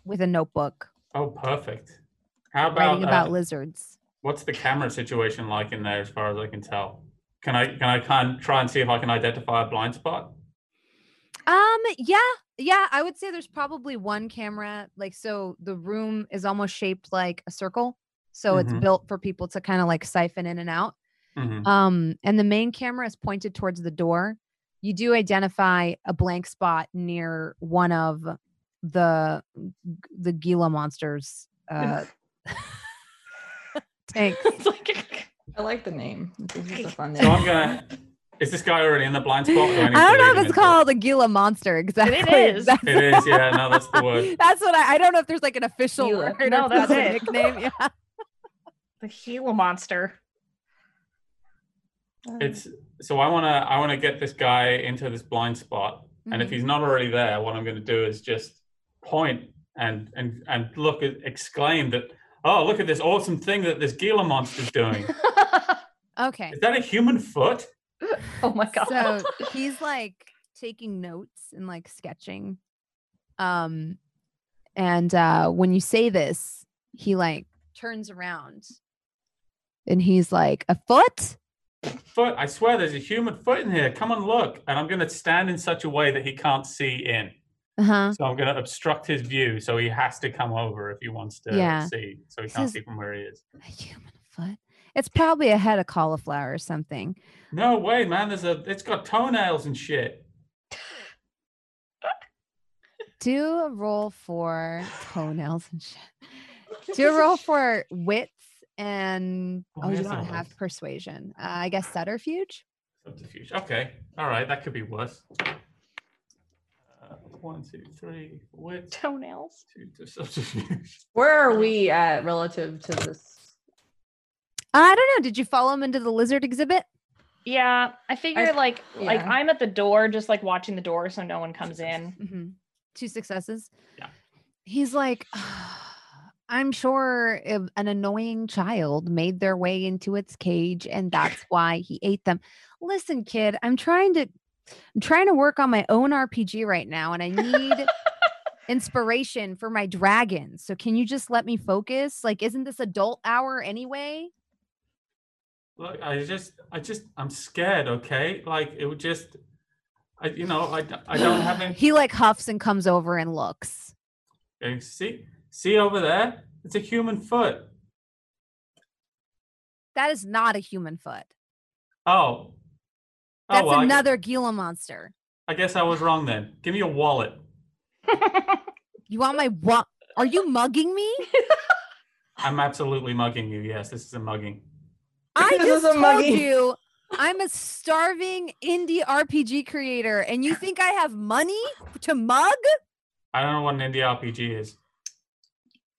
Speaker 2: with a notebook
Speaker 4: Oh, perfect. How about,
Speaker 2: writing about
Speaker 4: uh,
Speaker 2: lizards.
Speaker 4: what's the camera situation like in there, as far as I can tell? Can I can I kind try and see if I can identify a blind spot?
Speaker 2: Um, yeah, yeah. I would say there's probably one camera. Like, so the room is almost shaped like a circle, so it's
Speaker 4: Mhm.
Speaker 2: built for people to kind of like siphon in and out.
Speaker 4: hmm
Speaker 2: Um, and the main camera is pointed towards the door. You do identify a blank spot near one of the the Gila monsters uh, tanks.
Speaker 5: It's like-
Speaker 3: I like the name. This is a fun
Speaker 4: So I'm
Speaker 3: name.
Speaker 4: gonna. Is this guy already in the blind spot? do
Speaker 2: I
Speaker 4: need to
Speaker 2: don't
Speaker 4: lead
Speaker 2: know
Speaker 4: him
Speaker 2: if it's
Speaker 4: into it?
Speaker 2: called a Gila monster exactly.
Speaker 5: is.
Speaker 2: That's
Speaker 4: It is, yeah, no, that's the word.
Speaker 2: That's what I, I don't know if there's like an official
Speaker 3: Gila.
Speaker 2: word. or
Speaker 5: No,
Speaker 2: if
Speaker 5: that's
Speaker 2: a
Speaker 5: it.
Speaker 2: nickname. Yeah.
Speaker 5: the Gila monster.
Speaker 4: It's so I wanna I wanna get this guy into this blind spot, and if
Speaker 2: Mhm.
Speaker 4: he's not already there, what I'm gonna do is just point and and and look at exclaim that oh look at this awesome thing that this Gila monster's doing.
Speaker 2: Mm-hmm. Okay.
Speaker 4: is that a human foot?
Speaker 5: oh my god.
Speaker 2: so he's like taking notes and like sketching um and uh when you say this he like turns around and he's like a foot
Speaker 4: Foot? I swear there's a human foot in here. Come and look, and I'm gonna stand in such a way that he can't see in.
Speaker 2: uh-huh
Speaker 4: So I'm gonna obstruct his view, so he has to come over if he wants to
Speaker 2: Yeah.
Speaker 4: see. So he
Speaker 2: This
Speaker 4: can't
Speaker 2: is-
Speaker 4: see from where he is.
Speaker 2: a human foot it's probably a head of cauliflower or something
Speaker 4: No way, man. There's a. It's got toenails and shit.
Speaker 2: do a roll for toenails and
Speaker 6: Oh.
Speaker 2: shit do a roll for wits and
Speaker 4: Oh,
Speaker 2: oh you
Speaker 4: yes, I
Speaker 2: don't have
Speaker 4: was.
Speaker 2: persuasion uh, i guess subterfuge
Speaker 4: Subterfuge. Okay. All right. That could be worse. Uh, one, two, three. Wit.
Speaker 5: Toenails.
Speaker 4: Two to subterfuge.
Speaker 3: Where are we at relative to this?
Speaker 2: I don't know. Did you follow him into the lizard exhibit?
Speaker 5: Yeah, I figure like like
Speaker 3: yeah.
Speaker 5: I'm at the door, just like watching the door, so no one comes in.
Speaker 2: Mm-hmm. Two successes.
Speaker 4: Yeah.
Speaker 2: He's like, I'm sure if an annoying child made their way into its cage, and that's why he ate them. Listen, kid, I'm trying to, I'm trying to work on my own RPG right now, and I need inspiration for my dragons. So can you just let me focus? Like, isn't this adult hour anyway?
Speaker 4: Look, I just, I just, I'm scared. Okay. Like it would just, I, you know, I, d- I don't have any.
Speaker 2: He like huffs and comes over and looks.
Speaker 4: Okay, See, see over there. It's a human foot.
Speaker 2: That is not a human foot.
Speaker 4: Oh.
Speaker 2: That's
Speaker 4: oh well, I gu-
Speaker 2: another Gila monster.
Speaker 4: I guess I was wrong then. Give me a wallet.
Speaker 2: You want my what? Are you mugging me?
Speaker 4: I'm absolutely mugging you. Yes, this is a mugging.
Speaker 2: I
Speaker 3: This
Speaker 2: just
Speaker 3: is a
Speaker 2: told
Speaker 3: mugging.
Speaker 2: you I'm a starving indie RPG creator, and you think I have money to mug?
Speaker 4: I don't know what an indie RPG is.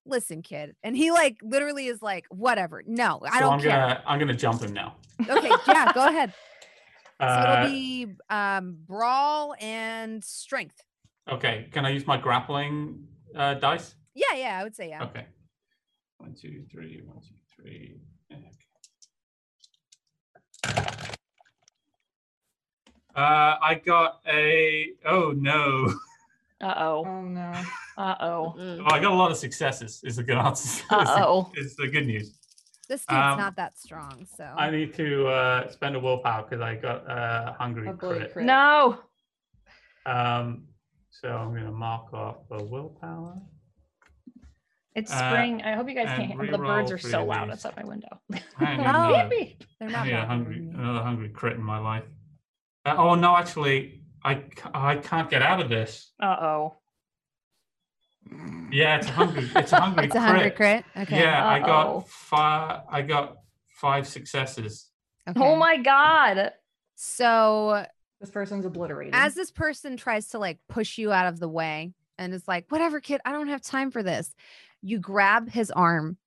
Speaker 2: Listen, kid. And he like literally is like, whatever. No, I
Speaker 4: so
Speaker 2: don't
Speaker 4: I'm
Speaker 2: care.
Speaker 4: gonna I'm gonna jump him now.
Speaker 2: Okay, yeah, go ahead. So
Speaker 4: Uh,
Speaker 2: it'll be um, brawl and strength.
Speaker 4: okay, can I use my grappling uh, dice?
Speaker 2: Yeah, yeah, I would say yeah.
Speaker 4: Okay. One, two, three, one, two, three. Uh, I got a. Oh no!
Speaker 5: Uh oh.
Speaker 3: Oh no.
Speaker 5: Uh oh.
Speaker 6: Mm.
Speaker 4: Well, I got a lot of successes. Is the good answer.
Speaker 5: Uh oh.
Speaker 4: Is the good news.
Speaker 2: This dude's
Speaker 4: Um,
Speaker 2: not that strong, so
Speaker 4: I need to uh, spend a willpower because I got uh, hungry
Speaker 3: A
Speaker 2: Oh,
Speaker 3: blue
Speaker 4: crit.
Speaker 3: crit.
Speaker 5: No.
Speaker 4: Um, so I'm going to mark off a willpower.
Speaker 5: It's
Speaker 4: Uh,
Speaker 5: spring. I hope you guys
Speaker 4: and
Speaker 5: can't hear. The birds
Speaker 4: reroll
Speaker 5: are
Speaker 4: three
Speaker 5: so
Speaker 4: of
Speaker 5: loud
Speaker 4: these.
Speaker 5: outside my window.
Speaker 4: I need,
Speaker 2: Wow.
Speaker 4: another,
Speaker 2: they're
Speaker 4: I
Speaker 2: not
Speaker 4: need a
Speaker 2: that
Speaker 4: hungry,
Speaker 2: hungry.
Speaker 4: another hungry crit in my life. Uh, oh no, actually, I ca- I can't get out of this.
Speaker 5: Uh oh.
Speaker 4: Yeah, it's a hungry. It's a hungry
Speaker 2: It's a
Speaker 4: crit.
Speaker 2: hungry crit. Okay.
Speaker 4: Yeah, I
Speaker 5: Uh-oh.
Speaker 4: got five. I got five successes.
Speaker 2: okay.
Speaker 5: Oh my god.
Speaker 2: So
Speaker 3: This person's obliterated.
Speaker 2: as this person tries to like push you out of the way and is like, whatever, kid, I don't have time for this. You grab his arm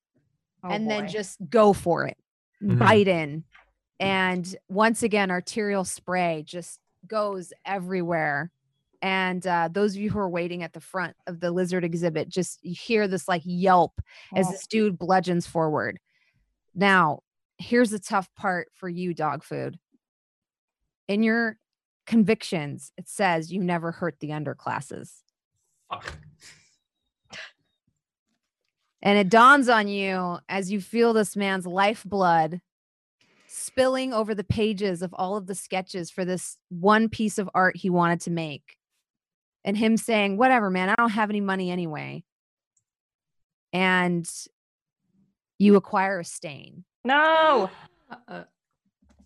Speaker 3: Oh,
Speaker 2: and then
Speaker 3: boy.
Speaker 2: just go for it,
Speaker 4: Mhm.
Speaker 2: bite in. And once again, arterial spray just goes everywhere. And uh, those of you who are waiting at the front of the lizard exhibit just you hear this like yelp as
Speaker 5: Oh.
Speaker 2: this dude bludgeons forward. Now, here's the tough part for you, dog food. In your convictions, it says you never hurt the underclasses.
Speaker 4: Fuck.
Speaker 2: And it dawns on you as you feel this man's lifeblood spilling over the pages of all of the sketches for this one piece of art he wanted to make. And him saying, whatever, man, I don't have any money anyway. And you acquire a stain,
Speaker 5: No.
Speaker 3: Uh,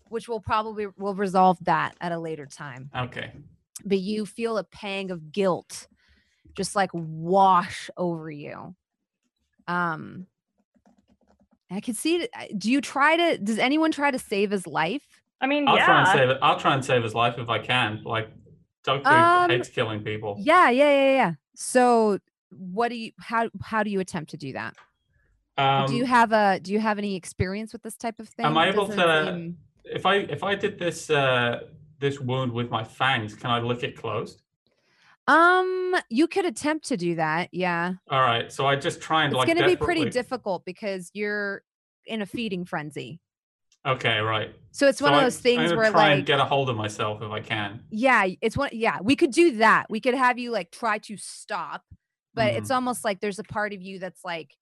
Speaker 2: which will probably will resolve that at a later time.
Speaker 4: Okay.
Speaker 2: But
Speaker 4: Mm.
Speaker 2: you feel a pang of guilt just like wash over you. Um I can see it- I- do you try to does anyone try to save his life?
Speaker 5: I mean,
Speaker 4: I'll try and
Speaker 5: yeah.
Speaker 4: save it. I'll try and save his life if I can. Like, Doug
Speaker 2: Um,
Speaker 4: hates killing people.
Speaker 2: Yeah, yeah, yeah, yeah. So what do you how how do you attempt to do that?
Speaker 4: Um,
Speaker 2: do you have a do you have any experience with this type of thing?
Speaker 4: Am I
Speaker 2: It
Speaker 4: able
Speaker 2: doesn't
Speaker 4: to-
Speaker 2: seem-
Speaker 4: if I if I did this uh, this wound with my fangs, can I lick it closed?
Speaker 2: Um you could attempt to do that. Yeah.
Speaker 4: All right. So I just try and
Speaker 2: It's
Speaker 4: like.
Speaker 2: going to be pretty
Speaker 4: desperately-
Speaker 2: difficult because you're in a feeding frenzy.
Speaker 4: Okay. Right.
Speaker 2: So it's one
Speaker 4: So
Speaker 2: of
Speaker 4: I-
Speaker 2: those
Speaker 4: I'm
Speaker 2: things
Speaker 4: gonna
Speaker 2: where
Speaker 4: try
Speaker 2: like
Speaker 4: and get a hold of myself if I can.
Speaker 2: Yeah, it's one. Yeah, we could do that. We could have you like try to stop, but
Speaker 4: Mm-hmm.
Speaker 2: it's almost like there's a part of you that's like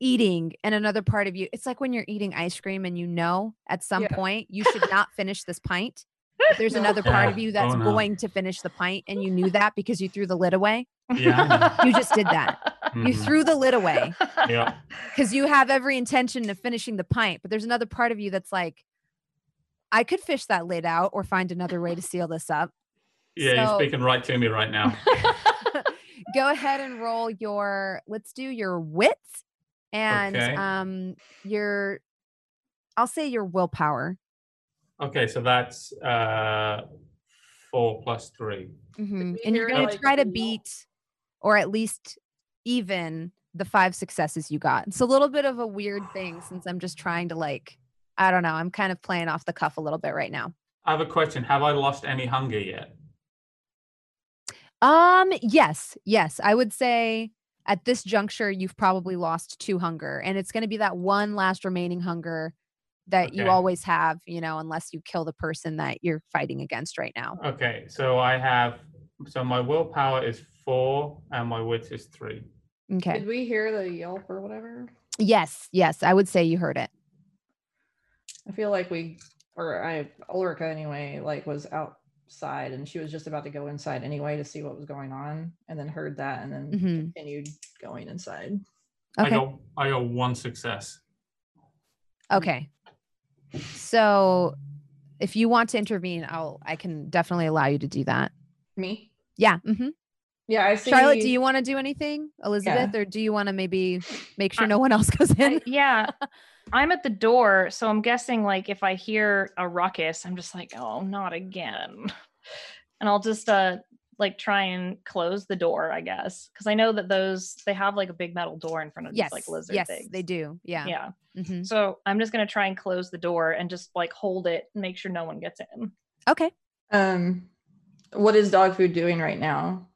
Speaker 2: eating, and another part of you. It's like when you're eating ice cream and you know at some
Speaker 3: Yeah.
Speaker 2: point you should not finish this pint. but There's
Speaker 3: No.
Speaker 2: another part of
Speaker 4: Yeah.
Speaker 2: you that's
Speaker 4: Oh, no.
Speaker 2: going to finish the pint, and you knew that because you threw the lid away.
Speaker 4: Yeah.
Speaker 2: You just did that. You
Speaker 4: Mhm.
Speaker 2: threw the lid away
Speaker 4: Yeah.
Speaker 2: because you have every intention of finishing the pint, but there's another part of you that's like, I could fish that lid out or find another way to seal this up.
Speaker 4: Yeah.
Speaker 2: So-
Speaker 4: You're speaking right to me right now.
Speaker 2: go ahead and roll your let's do your wits and
Speaker 4: Okay.
Speaker 2: um your i'll say your willpower
Speaker 4: Okay. So that's uh, four plus three.
Speaker 2: Mhm.
Speaker 6: we
Speaker 2: and you're going to
Speaker 6: hear, Mm-hmm. like,
Speaker 2: try to
Speaker 6: the yelp?
Speaker 2: beat or at least even the five successes you got it's a little bit of a weird thing since i'm just trying to like i don't know i'm kind of playing off the cuff a little bit right now
Speaker 4: I have a question. Have I lost any hunger yet?
Speaker 2: um yes yes i would say at this juncture you've probably lost two hunger and it's going to be that one last remaining hunger that you
Speaker 4: Okay.
Speaker 2: always have you know unless you kill the person that you're fighting against right now
Speaker 4: Okay. So I have. So my willpower is four, and my wits is three.
Speaker 2: okay
Speaker 3: Did we hear the yelp or whatever?
Speaker 2: yes yes i would say you heard it
Speaker 3: I feel like we, or I, Ulrika anyway, like was outside and she was just about to go inside anyway to see what was going on and then heard that and then
Speaker 2: Mhm.
Speaker 5: Mm-hmm.
Speaker 3: continued going inside.
Speaker 4: I
Speaker 2: okay
Speaker 4: got I got one success.
Speaker 2: okay so if you want to intervene i'll i can definitely allow you to do that
Speaker 3: Me?
Speaker 2: yeah mhm.
Speaker 3: Yeah, I see.
Speaker 2: charlotte do you want to do anything elizabeth or do you want to maybe make sure
Speaker 5: I-
Speaker 2: no one else goes in
Speaker 5: I- yeah. I'm at the door, so I'm guessing like if I hear a ruckus, I'm just like, oh, not again. And I'll just uh like try and close the door, I guess. Cause I know that those they have like a big metal door in front of
Speaker 2: yes
Speaker 5: these like lizard
Speaker 2: yes
Speaker 5: things.
Speaker 2: they do yeah,
Speaker 5: Yeah.
Speaker 3: Mm-hmm.
Speaker 2: Mhm.
Speaker 5: So I'm just gonna try and close the door and just like hold it, and make sure no one gets in.
Speaker 2: okay
Speaker 3: Um, what is dog food doing right now?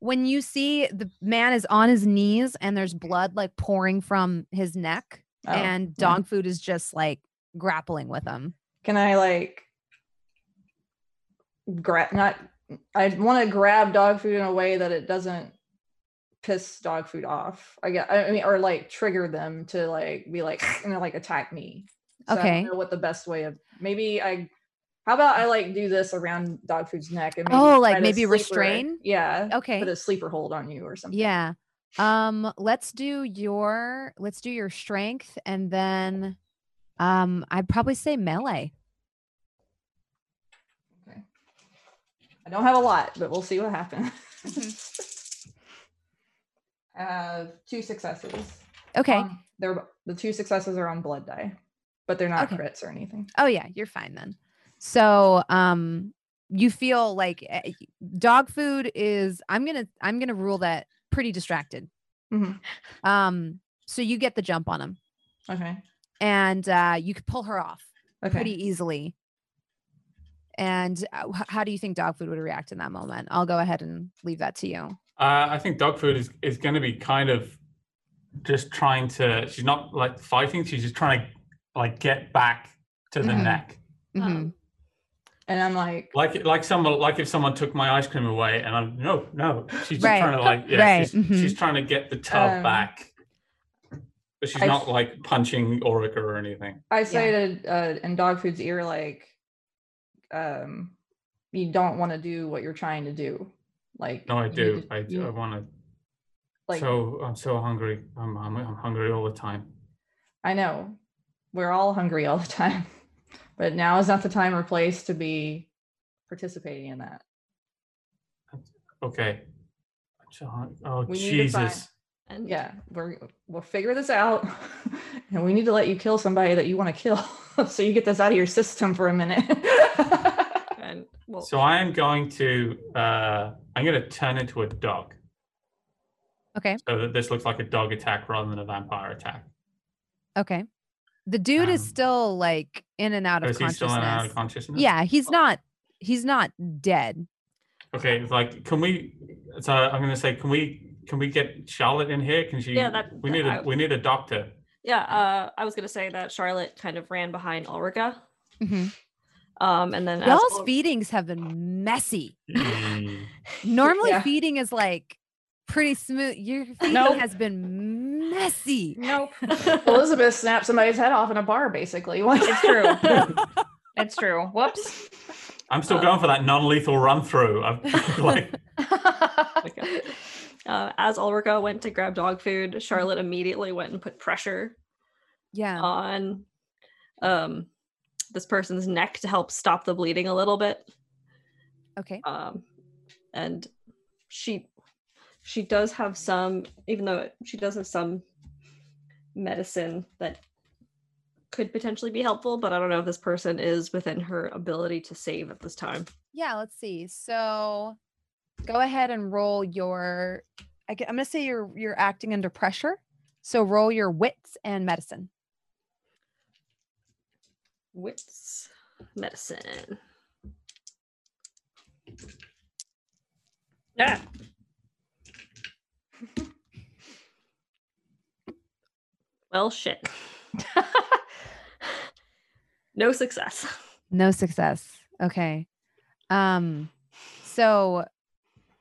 Speaker 2: when you see the man is on his knees and there's blood like pouring from his neck
Speaker 3: Oh,
Speaker 2: and
Speaker 3: yeah.
Speaker 2: dog food is just like grappling with them.
Speaker 3: Can I like grab not I want to grab dog food in a way that it doesn't piss dog food off. I guess I mean or like trigger them to like be like you know like attack me. I don't
Speaker 2: Okay.
Speaker 3: know what the best way of maybe I how about I like do this around dog food's neck and
Speaker 2: Oh, like,
Speaker 3: try to
Speaker 2: maybe
Speaker 3: sleeper-
Speaker 2: restrain?
Speaker 3: Yeah.
Speaker 2: Okay.
Speaker 3: Put a sleeper hold on you or something.
Speaker 2: Yeah. Um let's do your let's do your strength and then um I'd probably say melee.
Speaker 3: I don't have a lot, but we'll see what happens.
Speaker 2: Mm-hmm.
Speaker 3: I have two successes.
Speaker 2: Okay.
Speaker 3: Um, they're the two successes are on blood die, but they're not
Speaker 2: Okay.
Speaker 3: crits or anything.
Speaker 2: Oh yeah, you're fine then. So, um you feel like eh, y- dog food is I'm going to I'm going to rule that pretty distracted.
Speaker 4: Mm-hmm.
Speaker 3: Mhm.
Speaker 2: Um so you get the jump on him
Speaker 3: Okay.
Speaker 2: and uh you could pull her off
Speaker 3: Okay.
Speaker 2: pretty easily. And uh, wh- how do you think dog food would react in that moment? I'll go ahead and leave that to you.
Speaker 4: Uh, I think dog food is, is going to be kind of just trying to. She's not like fighting. She's just trying to like get back to the
Speaker 3: Mm-hmm.
Speaker 2: Mhm.
Speaker 4: neck.
Speaker 2: Mhm.
Speaker 6: Um,
Speaker 3: and I'm like,
Speaker 4: Like like someone like if someone took my ice cream away and I'm no no. She's just
Speaker 2: Right.
Speaker 4: trying to like yeah.
Speaker 2: Right,
Speaker 4: She's,
Speaker 2: mhm.
Speaker 4: she's trying to get the tub
Speaker 3: Mm-hmm. Um,
Speaker 4: back, but she's
Speaker 3: I-
Speaker 4: not like punching Orica or anything.
Speaker 3: I say to uh, in dog food's ear, like, um, you don't want to do what you're trying to do. Like,
Speaker 4: No, I
Speaker 3: you
Speaker 4: do.
Speaker 3: need to-
Speaker 4: I,
Speaker 3: you-
Speaker 4: I want to.
Speaker 3: like,
Speaker 4: so I'm so hungry. I'm, I'm I'm hungry all the time.
Speaker 3: I know we're all hungry all the time, but now is not the time or place to be participating in that.
Speaker 4: Okay. I'm so hung- Oh
Speaker 3: We need to find-
Speaker 4: Jesus.
Speaker 6: and
Speaker 3: Yeah, we're we'll figure this out, and we need to let you kill somebody that you want to kill, so you get this out of your system for a minute.
Speaker 6: and well,
Speaker 4: So I am going to uh, I'm going to turn into a dog.
Speaker 2: Okay.
Speaker 4: So that this looks like a dog attack rather than a vampire attack.
Speaker 2: Okay. The dude is
Speaker 4: Um,
Speaker 2: still like in and out
Speaker 4: So
Speaker 2: of
Speaker 4: is he
Speaker 2: consciousness.
Speaker 4: still in and out of consciousness? Oh.
Speaker 2: yeah, he's not he's not dead.
Speaker 4: Okay. it's Like, can we? So I'm going to say, can we? Can we get Charlotte in here? Can she?
Speaker 6: Yeah, that-
Speaker 4: we need a
Speaker 6: I-
Speaker 4: we need a doctor.
Speaker 6: yeah, uh, I was gonna say that Charlotte kind of ran behind Ulrica,
Speaker 2: Mhm.
Speaker 6: um, and then as
Speaker 2: Y'all's
Speaker 6: Ul-
Speaker 2: feedings have been messy.
Speaker 4: Mm.
Speaker 2: Normally
Speaker 3: Yeah.
Speaker 2: feeding is like pretty smooth. Your feeding
Speaker 5: Nope.
Speaker 2: has been messy.
Speaker 5: Nope.
Speaker 3: Elizabeth snapped somebody's head off in a bar, basically.
Speaker 5: It's true. it's true. Whoops.
Speaker 4: I'm still
Speaker 6: Uh,
Speaker 4: going for that non-lethal run through. I've like
Speaker 6: Okay. Uh, as Ulrica went to grab dog food, Charlotte immediately went and put pressure
Speaker 2: Yeah.
Speaker 6: on um, this person's neck to help stop the bleeding a little bit.
Speaker 2: Okay.
Speaker 6: um, and she she does have some even though she does have some medicine that could potentially be helpful but i don't know if this person is within her ability to save at this time
Speaker 2: Yeah, let's see. So go ahead and roll your I am going to say you're you're acting under pressure. So roll your wits and medicine.
Speaker 6: wits medicine
Speaker 5: Yeah.
Speaker 6: well shit no success
Speaker 2: No success. Okay. Um so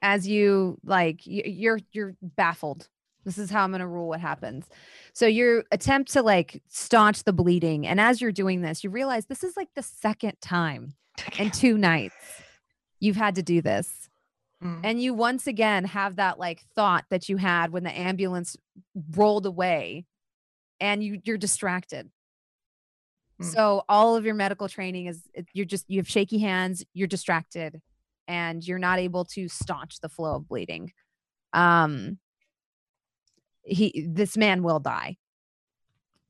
Speaker 2: as you like y- you're you're baffled. This is how I'm going to rule what happens. So you attempt to like staunch the bleeding and as you're doing this you realize this is like the second time in two nights you've had to do this.
Speaker 3: Mm.
Speaker 2: and you once again have that like thought that you had when the ambulance rolled away and you you're distracted
Speaker 3: Mm.
Speaker 2: so all of your medical training is it- you're just you have shaky hands you're distracted and you're not able to staunch the flow of bleeding um he this man will die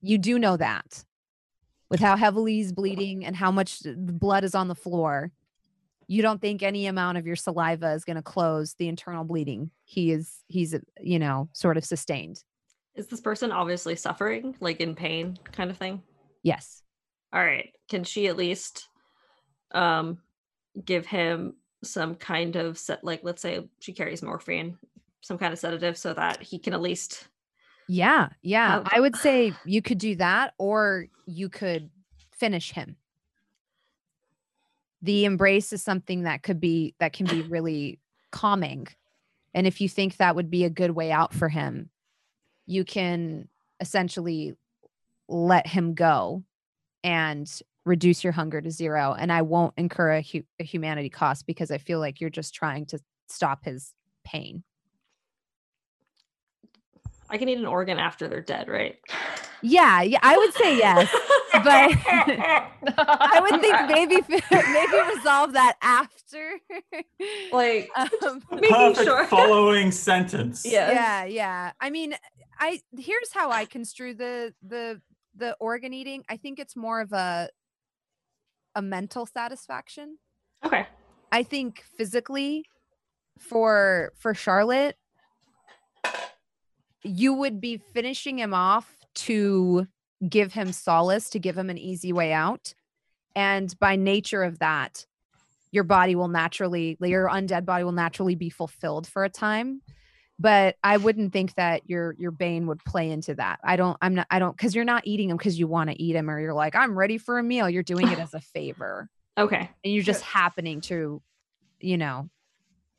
Speaker 2: you do know that with how heavily he's bleeding and how much th- blood is on the floor you don't think any amount of your saliva is going to close the internal bleeding he is he's uh, you know sort of sustained
Speaker 6: is this person obviously suffering like in pain kind of thing
Speaker 2: yes
Speaker 6: All right. Can she at least um give him some kind of set like let's say she carries morphine, some kind of sedative so that he can at least
Speaker 2: Yeah, yeah.
Speaker 6: Ouch.
Speaker 2: I would say you could do that, or you could finish him. The embrace is something that could be that can be really calming, and if you think that would be a good way out for him, you can essentially let him go and reduce your hunger to zero. And I won't incur a, hu- a humanity cost because I feel like you're just trying to stop his pain.
Speaker 6: I can eat an organ after they're dead, right?
Speaker 2: Yeah, yeah. I would say yes. but- I would think maybe fi- maybe resolve that after.
Speaker 3: Like
Speaker 5: Uh,
Speaker 2: um,
Speaker 6: Making
Speaker 4: Perfect
Speaker 6: sure.
Speaker 4: following sentence.
Speaker 3: Yeah.
Speaker 2: yeah, yeah. I mean, I here's how I construe the the the organ eating. I think it's more of a a mental satisfaction.
Speaker 6: okay.
Speaker 2: I think physically for for Charlotte you would be finishing him off to give him solace, to give him an easy way out. And by nature of that, your body will naturally, your undead body will naturally be fulfilled for a time. But I wouldn't think that your your bane would play into that. I don't. I'm not. I don't because you're not eating him because you want to eat him or you're like I'm ready for a meal. You're doing it as a favor
Speaker 6: Okay.
Speaker 2: and you're just happening to, you know,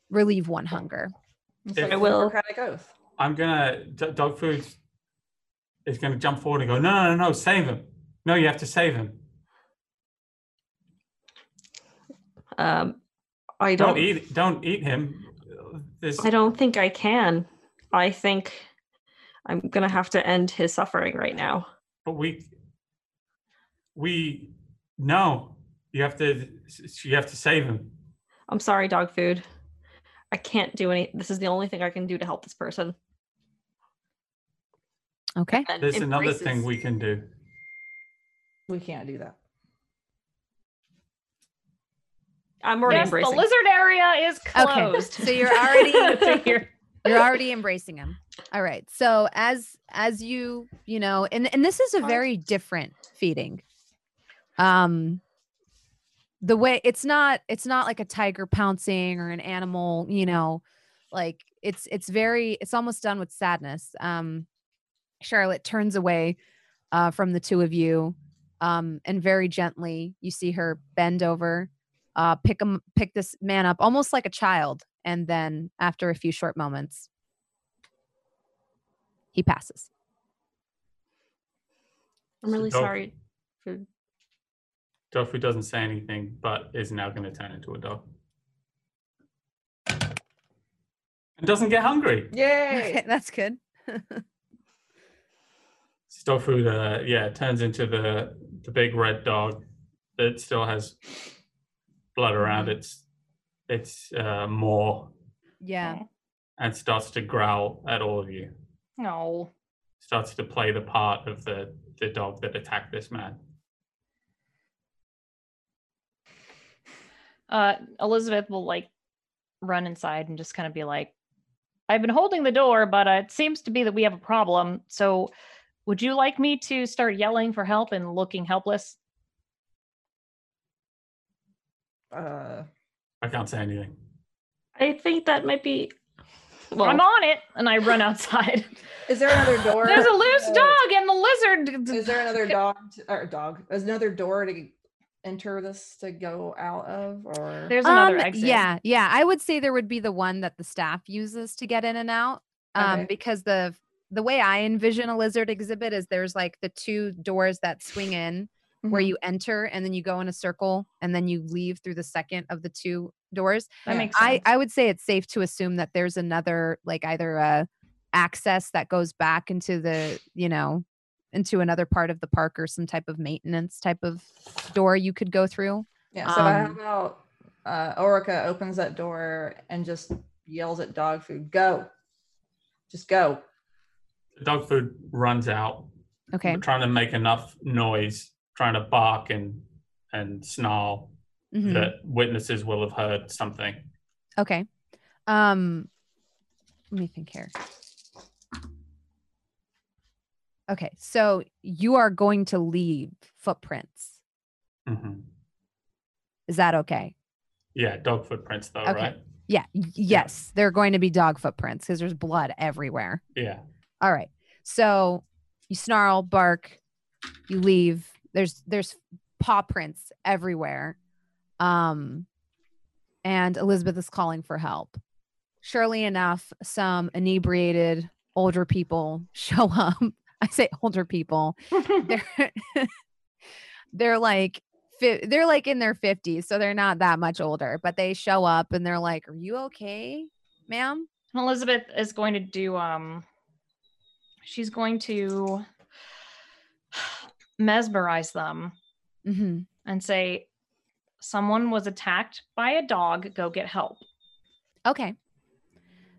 Speaker 2: relieve one hunger.
Speaker 3: it's
Speaker 4: I
Speaker 3: like the
Speaker 6: will-
Speaker 3: Hippocratic oath.
Speaker 4: I'm gonna D- dog food is gonna jump forward and go, no, no, no, no, save him. No, you have to save him.
Speaker 6: Um, I
Speaker 4: Don't,
Speaker 6: don't.
Speaker 4: eat don't eat him. This
Speaker 6: I don't think I can. I think I'm gonna have to end his suffering right now.
Speaker 4: but we we no. You have to you have to save him.
Speaker 6: I'm sorry, dog food. I can't do any. This is the only thing I can do to help this person.
Speaker 2: Okay.
Speaker 6: And
Speaker 4: There's another thing
Speaker 6: embraces-
Speaker 4: we can do.
Speaker 3: We can't do that.
Speaker 6: I'm already
Speaker 5: Yes, the
Speaker 6: embracing.
Speaker 5: lizard area is closed.
Speaker 2: so you're already-
Speaker 5: So you're-
Speaker 2: You're already embracing him. All right. So as as you, you know, and and this is a
Speaker 6: Alright.
Speaker 2: very different feeding. Um the way it's not it's not like a tiger pouncing or an animal, you know, like it's it's very it's almost done with sadness. Um Charlotte turns away uh from the two of you um and very gently you see her bend over uh, pick him, pick this man up almost like a child, and then after a few short moments, he passes.
Speaker 6: I'm
Speaker 4: So
Speaker 6: really
Speaker 4: dog-
Speaker 6: sorry. Food.
Speaker 4: Dog food doesn't say anything, but is now gonna turn into a dog. And doesn't get hungry.
Speaker 3: Yay!
Speaker 2: that's good.
Speaker 4: Dog food, uh, yeah, turns into the the big red dog that still has blood
Speaker 2: Mm-hmm.
Speaker 4: around its its uh, maw
Speaker 2: Yeah,
Speaker 4: and starts to growl at all of you.
Speaker 5: no.
Speaker 4: Starts to play the part of the the dog that attacked this man.
Speaker 5: Uh, Elizabeth will like run inside and just kind of be like, I've been holding the door, but uh, it seems to be that we have a problem. So would you like me to start yelling for help and looking helpless?
Speaker 3: Uh,
Speaker 4: I can't say anything.
Speaker 6: I think that might be. Well,
Speaker 5: I'm on it. And I run outside.
Speaker 3: is there another door?
Speaker 5: There's a loose
Speaker 3: uh,
Speaker 5: dog and the lizard.
Speaker 3: Is there another dog to, or dog? Is another door to enter this to go out of or
Speaker 5: There's another
Speaker 2: Um,
Speaker 5: exit.
Speaker 2: Yeah, yeah. I would say there would be the one that the staff uses to get in and out, um,
Speaker 3: Okay.
Speaker 2: because the the way I envision a lizard exhibit is there's like the two doors that swing in where
Speaker 5: Mm-hmm.
Speaker 3: Mhm.
Speaker 2: you enter and then you go in a circle and then you leave through the second of the two doors.
Speaker 5: That
Speaker 3: Yeah.
Speaker 5: makes
Speaker 2: I,
Speaker 5: sense.
Speaker 2: I would say it's safe to assume that there's another like either a access that goes back into the you know into another part of the park or some type of maintenance type of door you could go through
Speaker 3: Yeah. So how
Speaker 2: Um,
Speaker 3: about uh, Orica opens that door and just yells at dog food, "Go, just go."
Speaker 4: The dog food runs out,
Speaker 2: okay
Speaker 4: trying to make enough noise, trying to bark and and snarl
Speaker 2: Mhm.
Speaker 4: that witnesses will have heard something.
Speaker 2: okay um let me think here okay so you are going to leave footprints
Speaker 4: hmm
Speaker 2: is that okay
Speaker 4: Yeah, dog footprints though,
Speaker 2: Okay.
Speaker 4: right?
Speaker 2: yeah y- yes they're going to be dog footprints because there's blood everywhere
Speaker 4: Yeah.
Speaker 2: All right. So you snarl, bark, you leave. There's there's paw prints everywhere. Um and Elizabeth is calling for help. Surely enough, some inebriated older people show up. I say older people. They're they're like fi- they're like in their 50s, so they're not that much older, but they show up and they're like, "Are you okay, ma'am?"
Speaker 5: Elizabeth is going to do um she's going to mesmerize them
Speaker 2: Mhm.
Speaker 5: and say someone was attacked by a dog, go get help.
Speaker 2: Okay.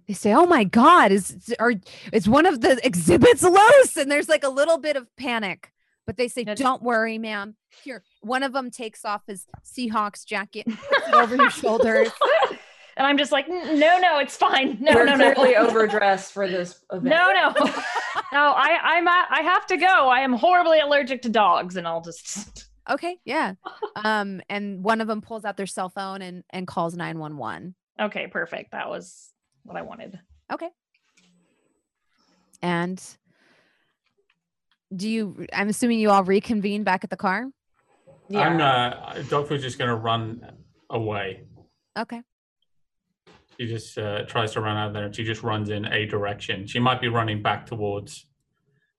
Speaker 2: They say, "Oh my God, is are it's one of the exhibits loose?" And there's like a little bit of panic, but they say,
Speaker 5: That's-
Speaker 2: "Don't worry, ma'am." Here, one of them takes off his Seahawks jacket and puts it over your shoulders.
Speaker 5: And I'm just like, "N- no, no, it's fine. No,
Speaker 3: We're
Speaker 5: no, no.
Speaker 3: clearly overdressed for this event.
Speaker 5: No, no, no. I, I'm, a- I have to go. I am horribly allergic to dogs, and I'll just.
Speaker 2: Okay, yeah. Um, and one of them pulls out their cell phone and and calls nine one one.
Speaker 5: Okay, perfect. That was what I wanted.
Speaker 2: And do you? I'm assuming you all reconvene back at the car.
Speaker 3: Yeah.
Speaker 4: I'm uh, dog food's just gonna run away.
Speaker 2: Okay.
Speaker 4: She just uh, tries to run out of there, and she just runs in a direction. She might be running back towards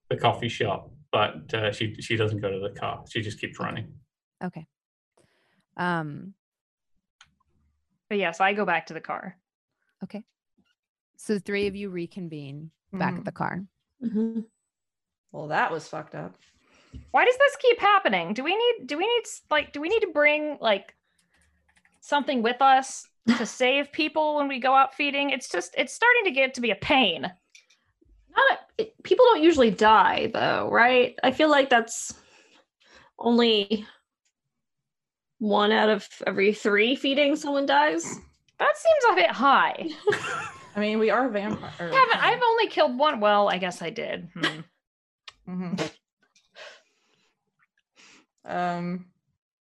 Speaker 4: the coffee shop, but uh, she she doesn't go to the car. She just keeps running.
Speaker 2: Okay. Um.
Speaker 5: But yes, I go back to the car.
Speaker 2: So the three of you reconvene back
Speaker 5: Mm-hmm.
Speaker 2: at
Speaker 3: Mhm.
Speaker 2: the car.
Speaker 6: Mhm.
Speaker 3: Well, that was fucked up.
Speaker 5: Why does this keep happening? Do we need? Do we need? s- Like, do we need to bring like something with us to save people when we go out feeding? It's just, it's starting to get to be a pain.
Speaker 6: Not it- people don't usually die though, right? I feel like that's only one out of every three feeding someone dies.
Speaker 5: That seems a bit high.
Speaker 3: I mean, we are vampires.
Speaker 5: Haven't I've only killed one? Well, I guess I did. Hmm.
Speaker 3: Mhm. Um.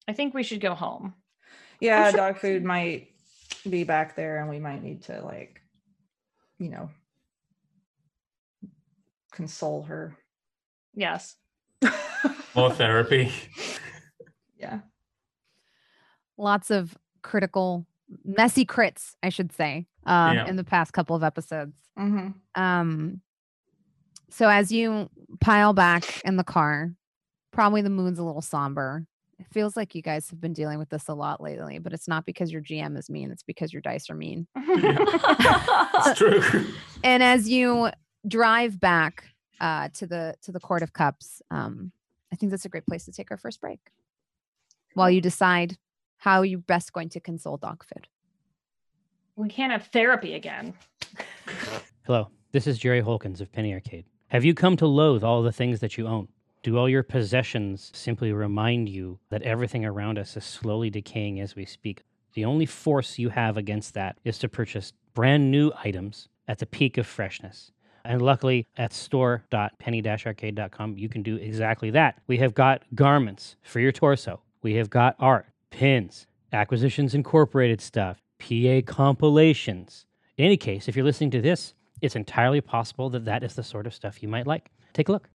Speaker 5: I think we should go home.
Speaker 3: Yeah,
Speaker 6: sure-
Speaker 3: dog food might be back there, and we might need to like, you know, console her.
Speaker 5: Yes.
Speaker 4: More therapy.
Speaker 3: yeah.
Speaker 2: Lots of critical, messy crits, I should say, um,
Speaker 4: Yeah.
Speaker 2: in the past couple of episodes.
Speaker 3: hmm
Speaker 2: Um, so as you pile back in the car, probably the moon's a little somber. It feels like you guys have been dealing with this a lot lately, but it's not because your GM is mean. It's because your dice are mean.
Speaker 6: Uh,
Speaker 4: It's true.
Speaker 2: and as you drive back uh, to the to the court of cups um, i think that's a great place to take our first break while you decide how you're best going to console dog food
Speaker 5: we can't have therapy again.
Speaker 1: Hello, this is Jerry Holkins of Penny Arcade. Have you come to loathe all the things that you own? Do all your possessions simply remind you that everything around us is slowly decaying as we speak? The only force you have against that is to purchase brand new items at the peak of freshness. And luckily, at store.penny arcade.com, you can do exactly that. We have got garments for your torso, we have got art, pins, acquisitions incorporated stuff, PA compilations. In any case, if you're listening to this, it's entirely possible that that is the sort of stuff you might like. Take a look.